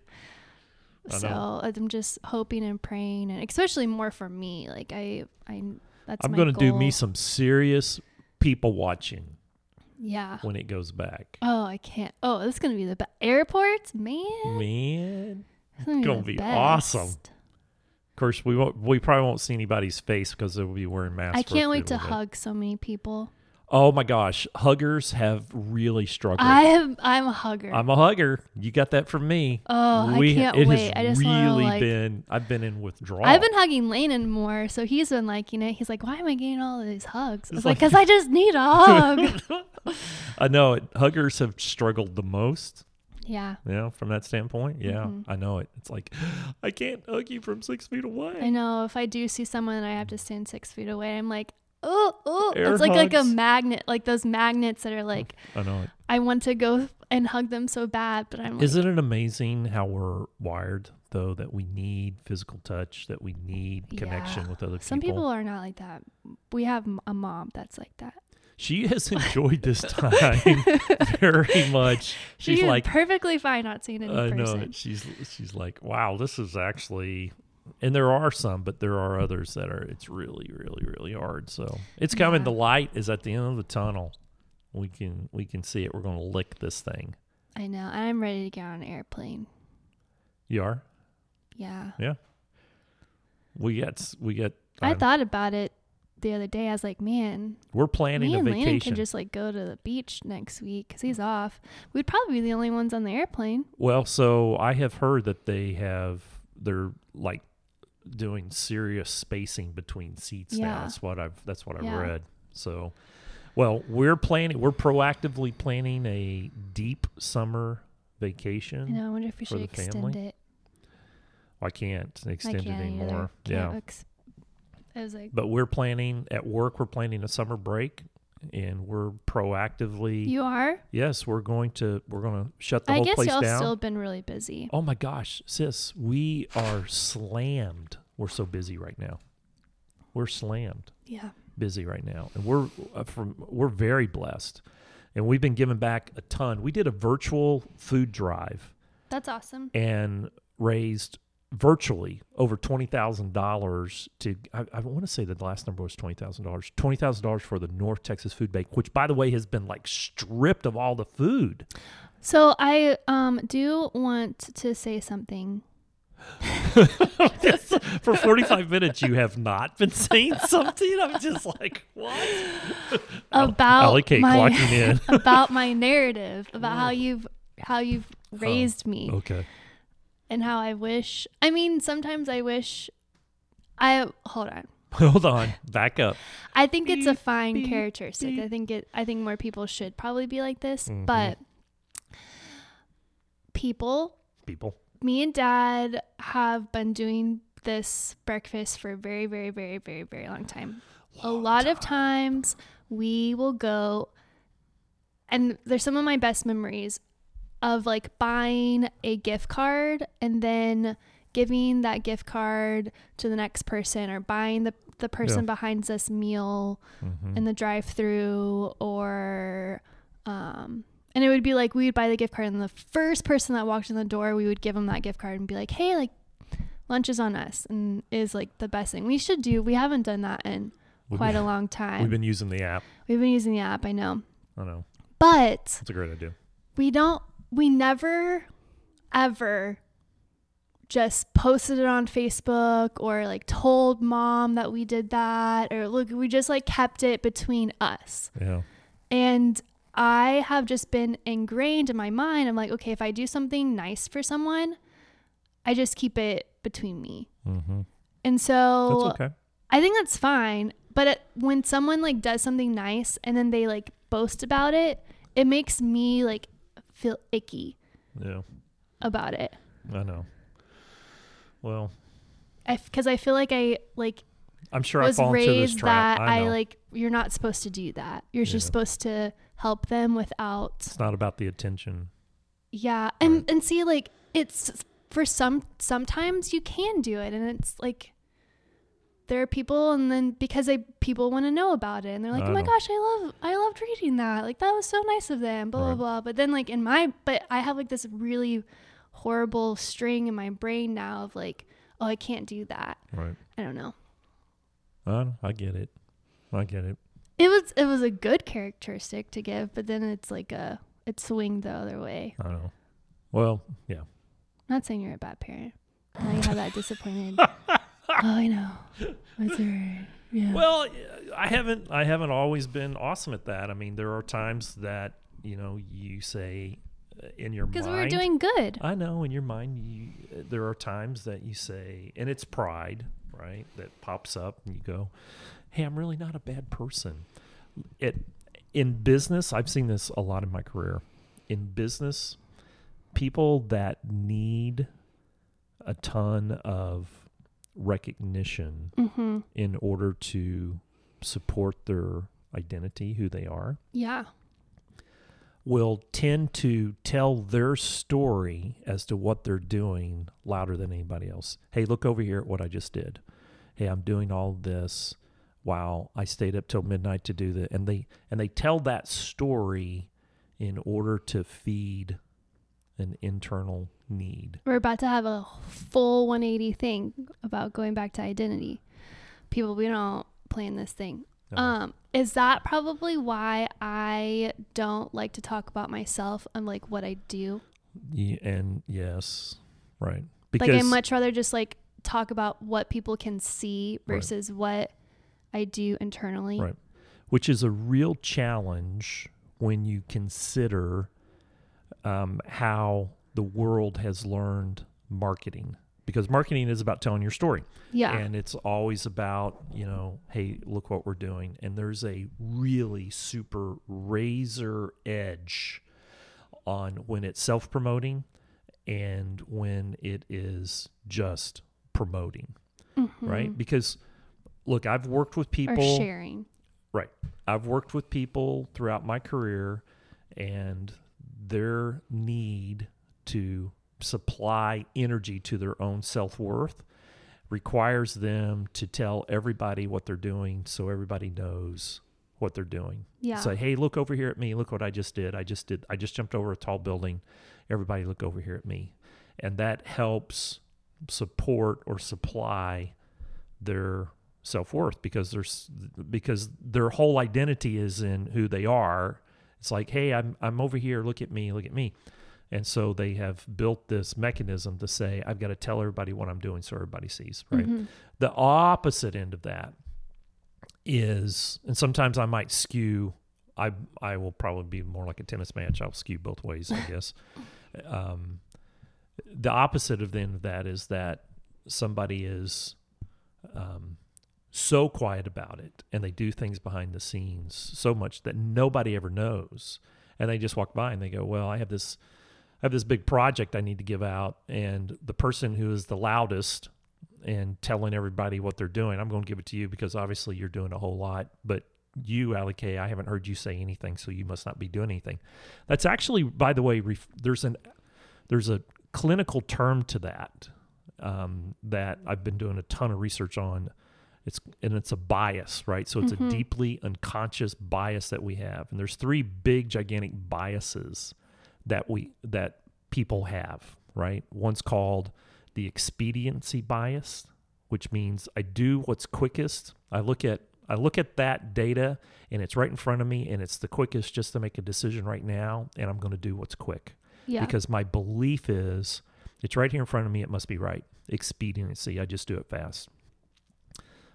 I know.
So I'm just hoping and praying, and especially more for me. Like I, I, that's
I'm
my
going to do me
goal.
some serious people watching
Yeah.
when it goes back.
Oh, I can't. Oh, this is gonna be the best. Airports, man.
Man.
It's gonna be,
gonna
the
be
best.
awesome. Of course, we won't. We probably won't see anybody's face because they'll be wearing masks.
I
for a
can't wait to
little bit.
hug so many people.
Oh my gosh, huggers have really struggled.
I am. I'm a hugger.
am a hugger. You got that from me.
oh, I can't
it
wait.
Has
I just want
really
to like.
been. I've been in withdrawal.
I've been hugging Lanen more, so he's been liking it. He's like, "Why am I getting all these hugs?" I
It's
was like,
like-
"Cause I just need a hug."
I know it. Huggers have struggled the most.
yeah,
You know, from that standpoint. Yeah,
Mm-hmm.
I know it. It's like I can't hug you from six feet away.
I know. If I do see someone and I have to stand six feet away, I'm like, "Oh, oh!"
Air
It's like like a
hugs.
magnet, like those magnets that are like,
I know it.
I want to go and hug them so bad, but I'm like,
Isn't it amazing how we're wired though that we need physical touch, that we need connection
Yeah.
with other people?
some people are not like that. We have m- a mom that's like that.
She has enjoyed this time very much. She's
She's
like
perfectly fine not seeing any
I know
person.
it. she's she's like, wow, this is actually and there are some, but there are others that are it's really, really, really hard. So it's coming.
Yeah.
The light is at the end of the tunnel. We can we can see it. We're gonna lick this thing.
I know. I'm ready to get on an airplane.
You are?
Yeah.
Yeah. We got s- we got
i
I'm- Um,
thought about it the other day. I was like, man,
We're planning
me
a
and Landon
vacation.
can just like go to the beach next week because he's off. We'd probably be the only ones on the airplane.
Well, so I have heard that they have they're like doing serious spacing between seats
Yeah.
now. That's what I've that's what I've
Yeah.
read. So well, we're planning we're proactively planning a deep summer vacation.
You know, I wonder if we
For
should
the
extend
family?
it.
I can't extend
I
it
can't
anymore.
either.
yeah.
Can't ex- I was like,
But we're planning at work we're planning a summer break and we're proactively
you are.
Yes, we're going to we're going to shut the
I
whole
guess
place
y'all
down.
still been really busy.
Oh my gosh, sis, we are slammed. We're so busy right now. We're slammed,
Yeah.
busy right now, and we're uh, from we're very blessed, and we've been giving back a ton. We did a virtual food drive
That's awesome.
and raised virtually over twenty thousand dollars to I, I want to say the last number was twenty thousand dollars twenty thousand dollars for the North Texas Food Bank, which by the way has been like stripped of all the food.
So I um do want to say something.
for 45 minutes you have not been saying something i'm just like what
about
Alley Kate
Oh, my
clocking in.
about my narrative about how you've how you've raised me
okay
and how I wish. I mean, sometimes I wish. I hold on.
hold on back up
I think it's a fine
beep,
characteristic. I
beep.
think it. I think more people should probably be like this, but people
people
me and dad have been doing this breakfast for a very, very, very, very, very long time. a lot of times we will go, and there's some of my best memories of like buying a gift card and then giving that gift card to the next person or buying the, the person behind us meal
Mm-hmm.
in the drive through or um and it would be like we would buy the gift card and the first person that walked in the door we would give them that gift card and be like hey like lunch is on us and is like the best thing we should do we haven't done that in
We've
quite
been-
a long time
we've been using the app
we've been using the app i know
i know
but
it's a great idea
we don't we never ever just posted it on Facebook or like told mom that we did that or look we just like kept it between us.
yeah
And I have just been ingrained in my mind. I'm like, okay, if I do something nice for someone, I just keep it between me.
mm-hmm.
And so
that's okay
I think that's fine. But it, when someone like does something nice and then they like boast about it, it makes me like feel icky
yeah
about it.
i know well
Because I feel like I like
i'm sure i
was
fall into this
raised
trap
that I,
know
like you're not supposed to do that. You're
Yeah.
just supposed to help them without
it's not about the attention
Yeah, and and see, like it's for some. Sometimes you can do it, and it's like there are people, and then because they people want to know about it, and they're like,
I
oh my
know.
gosh, I love, I loved reading that. Like that was so nice of them. Blah
Right.
blah blah. But then like in my, but I have like this really horrible string in my brain now of like, oh, I can't do that.
right
I don't know.
i, know. I get it i get it
It was it was a good characteristic to give, but then it's like a it swing the other way.
i know well yeah
Not saying you're a bad parent. Now you have that disappointed. oh, I know. That's all right. Yeah.
Well, I haven't I haven't always been awesome at that. I mean, there are times that you know you say uh, in your mind
Because we were doing good.
I know in your mind you uh, there are times that you say and it's pride, right? That pops up and you go, "Hey, I'm really not a bad person." It in business, I've seen this a lot in my career. In business, people that need a ton of recognition
Mm-hmm.
in order to support their identity, who they are,
Yeah.
will tend to tell their story as to what they're doing louder than anybody else. Hey, look over here at what I just did. Hey, I'm doing all this. Wow, I stayed up till midnight to do that. And they and they tell that story in order to feed an internal need.
We're about to have a full 180 thing about going back to identity. People, we don't plan this thing.
Uh-huh.
Um, is that probably why I don't like to talk about myself and like what I do?
Ye- And yes, right.
like I much rather just like talk about what people can see
Right.
versus what I do internally.
Right. which is a real challenge when you consider um, how the world has learned marketing because marketing is about telling your story
Yeah.
and it's always about you know hey look what we're doing and there's a really super razor edge on when it's self-promoting and when it is just promoting right because look i've worked with people
Mm-hmm. or sharing.
Right. I've worked with people throughout my career and their need to supply energy to their own self worth requires them to tell everybody what they're doing so everybody knows what they're doing.
Yeah.
Say, hey, look over here at me. Look what I just did. I just did, I just jumped over a tall building. Everybody look over here at me. And that helps support or supply their self worth because there's because their whole identity is in who they are. It's like, hey, I'm I'm over here. Look at me. Look at me. And so they have built this mechanism to say, I've got to tell everybody what I'm doing so everybody sees. Right. The opposite end of that is, and sometimes I might skew. I I will probably be more like a tennis match. I'll skew both ways, I guess. um, the opposite of the end of that is that somebody is um, so quiet about it and they do things behind the scenes so much that nobody ever knows and they just walk by and they go well i have this i have this big project i need to give out and the person who is the loudest and telling everybody what they're doing i'm going to give it to you because obviously you're doing a whole lot but you Allie Kay, i haven't heard you say anything so you must not be doing anything that's actually by the way ref- there's an there's a clinical term to that um, that I've been doing a ton of research on. It's and it's a bias, right? So it's a deeply unconscious bias that we have, and there's three big gigantic biases that we that people have, right? One's called the expediency bias, which means I do what's quickest. I look at I look at that data and it's right in front of me and it's the quickest just to make a decision right now and I'm going to do what's quick
Yeah.
because my belief is it's right here in front of me. It must be right. Expediency. I just do it fast.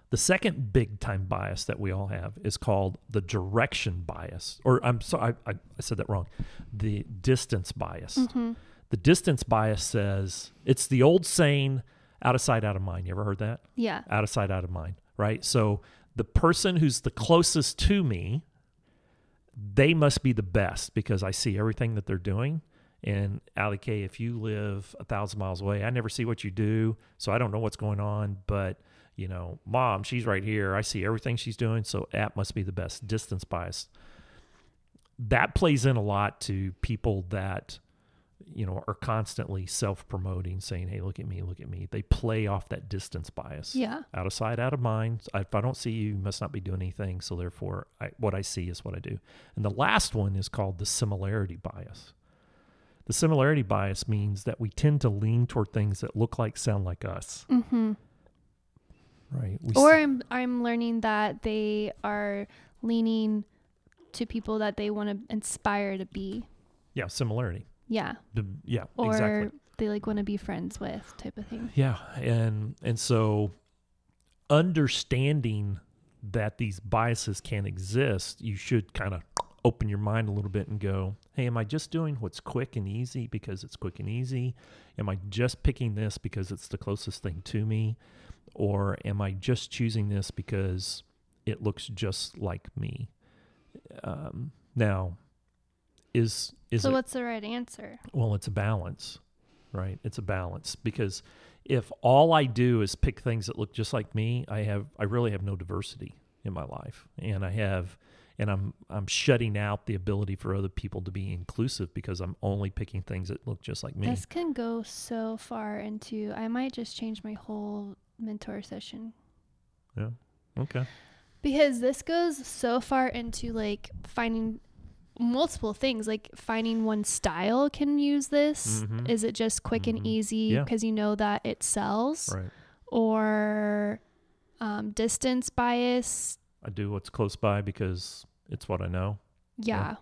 The second big time bias that we all have is called the direction bias, or I'm sorry, I, I I said that wrong. The distance bias. The distance bias says it's the old saying, out of sight, out of mind. You ever heard that?
yeah.
out of sight, out of mind, right? So the person who's the closest to me, they must be the best because I see everything that they're doing. And Ali K, if you live a thousand miles away, I never see what you do, so I don't know what's going on. But you know, mom, she's right here. I see everything she's doing, so app must be the best. Distance bias that plays in a lot to people that you know are constantly self-promoting saying hey look at me look at me they play off that distance bias
Yeah.
out of sight out of mind if i don't see you you must not be doing anything so therefore I, what i see is what i do and the last one is called the similarity bias the similarity bias means that we tend to lean toward things that look like sound like us
Mm-hmm.
right we
Or I'm I'm learning that they are leaning to people that they want to inspire to be.
yeah similarity
Yeah.
The- yeah
Or
exactly
they like want to be friends with type of thing.
Yeah, and and so understanding that these biases can exist, you should kind of open your mind a little bit and go, "Hey, am I just doing what's quick and easy because it's quick and easy? Am I just picking this because it's the closest thing to me, or am I just choosing this because it looks just like me?" Um, now, is is
so
it,
what's the right answer?
well, it's a balance, right? It's a balance because if all I do is pick things that look just like me, I have I really have no diversity in my life, and I have and I'm I'm shutting out the ability for other people to be inclusive because I'm only picking things that look just like me.
This can go so far into I might just change my whole mentor session
yeah. Okay.
because this goes so far into like finding multiple things like finding one style can use this
Mhm.
is it just quick
Mhm.
and easy
Yeah.
because you know that it sells
Right.
or um, distance bias
I do what's close by because it's what I know.
yeah,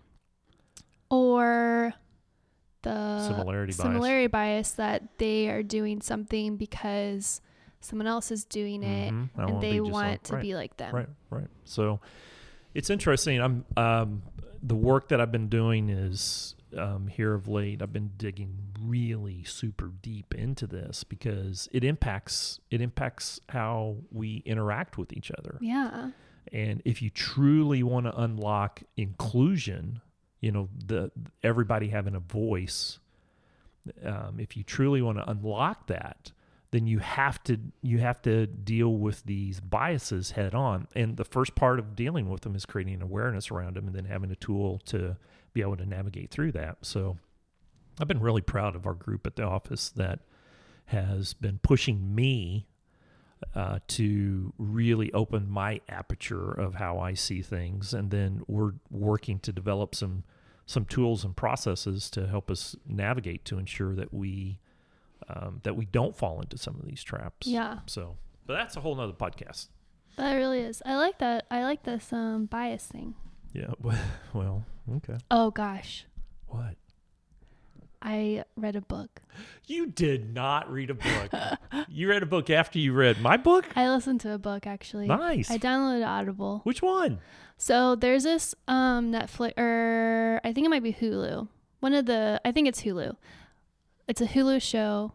or the Uh,
Similarity bias.
similarity bias that they are doing something because someone else is doing it
Mhm. I
and
wanna be
they
just like-
want to
right,
be like them.
Right, right. So it's interesting. I'm um, the work that I've been doing is um, here of late. I've been digging really super deep into this because it impacts it impacts how we interact with each other.
Yeah.
And if you truly want to unlock inclusion, you know, the everybody having a voice, um, if you truly want to unlock that, then you have to you have to deal with these biases head on. And the first part of dealing with them is creating awareness around them, and then having a tool to be able to navigate through that. So, I've been really proud of our group at the office that has been pushing me uh, to really open my aperture of how I see things, and then we're working to develop some some tools and processes to help us navigate to ensure that we um, that we don't fall into some of these traps.
Yeah.
So, but that's a whole nother podcast.
That really is. I like that. I like this um bias thing.
Yeah. Well. Okay.
Oh gosh.
What?
I read a book.
You did not read a book. you read a book after you read my book.
I listened to a book actually.
Nice.
I downloaded Audible.
Which one?
So there's this um Netflix or I think it might be Hulu. One of the I think it's Hulu. It's a Hulu show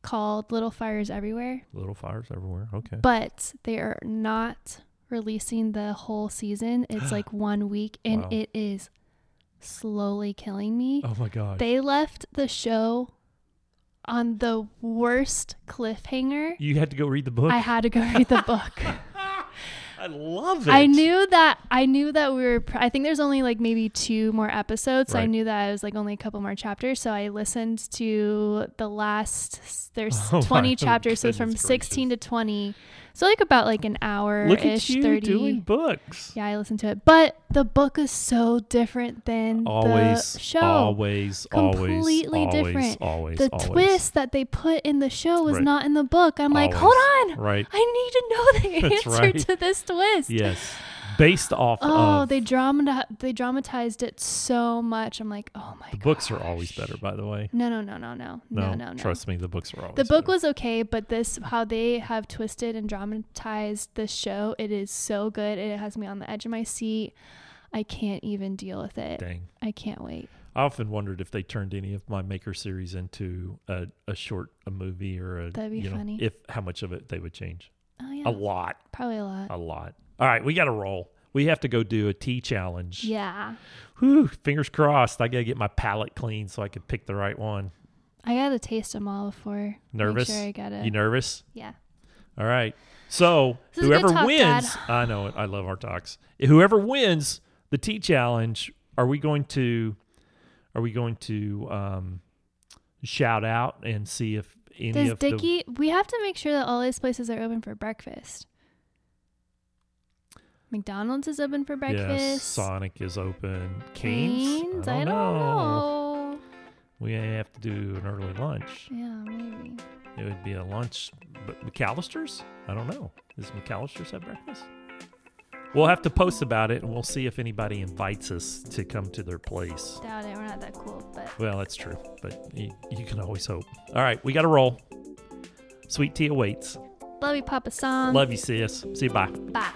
called Little Fires Everywhere,
Little fires everywhere. Okay.
but they are not releasing the whole season. It's like one week and
Wow.
it is slowly killing me.
Oh my god.
They left the show on the worst cliffhanger.
you had to go read the book.
I had to go read the book.
I love it.
I knew that I knew that we were pr- I think there's only like maybe two more episodes. So I
Right.
knew that it was like only a couple more chapters. So I listened to the last s- there's
Oh my
20 chapters so it's from
goodness
16 to 20. So like about like an hour
Look at
ish
you
30.
doing books.
yeah, I listened to it. But the book is so different than
Always,
the show.
always,
Completely
always,
different.
Always, always,
the
always.
twist that they put in the show was
Right.
not in the book. I'm like,
Always.
hold on.
Right.
I need to know the
That's
answer
right.
to this twist.
Yes. Based off
Oh,
of
they dramata- they dramatized it so much. I'm like, oh my.
the books are always better, by the way.
No, no, no, no, no, no, no, no.
Trust me, the books are always
the book
better.
was okay, but this how they have twisted and dramatized this show. It is so good. It has me on the edge of my seat. I can't even deal with it.
dang.
I can't wait.
I often wondered if they turned any of my maker series into a, a short, a movie, or a
That'd be
you know,
funny.
if how much of it they would change.
Oh yeah,
A lot,
probably a lot.
a lot. All right, we got to roll. We have to go do a tea challenge.
yeah,
Whew, fingers crossed. I got to get my palate clean so I can pick the right one.
I gotta taste them all before.
Nervous?
Make sure I gotta.
You nervous?
yeah.
All right. So
This is a good
whoever
talk,
wins, I know it. I love our talks. Whoever wins the tea challenge, are we going to, are we going to um, shout out and see if any
Does
of the
Dickie? We have to make sure that all these places are open for breakfast. McDonald's is open for
yes,
breakfast.
Sonic is open. Canes?
Canes? I don't, know.
We have to do an early lunch.
Yeah, maybe.
It would be a lunch, but McAllister's? I don't know. Does McAllister's have breakfast? We'll have to post about it and we'll see if anybody invites us to come to their place.
Doubt it. We're not that cool, but
Well, that's true, but you, you can always hope. All right, we got to roll. Sweet tea awaits.
love you, Papa Song. Um,
Love you, sis. See you. Bye.
Bye.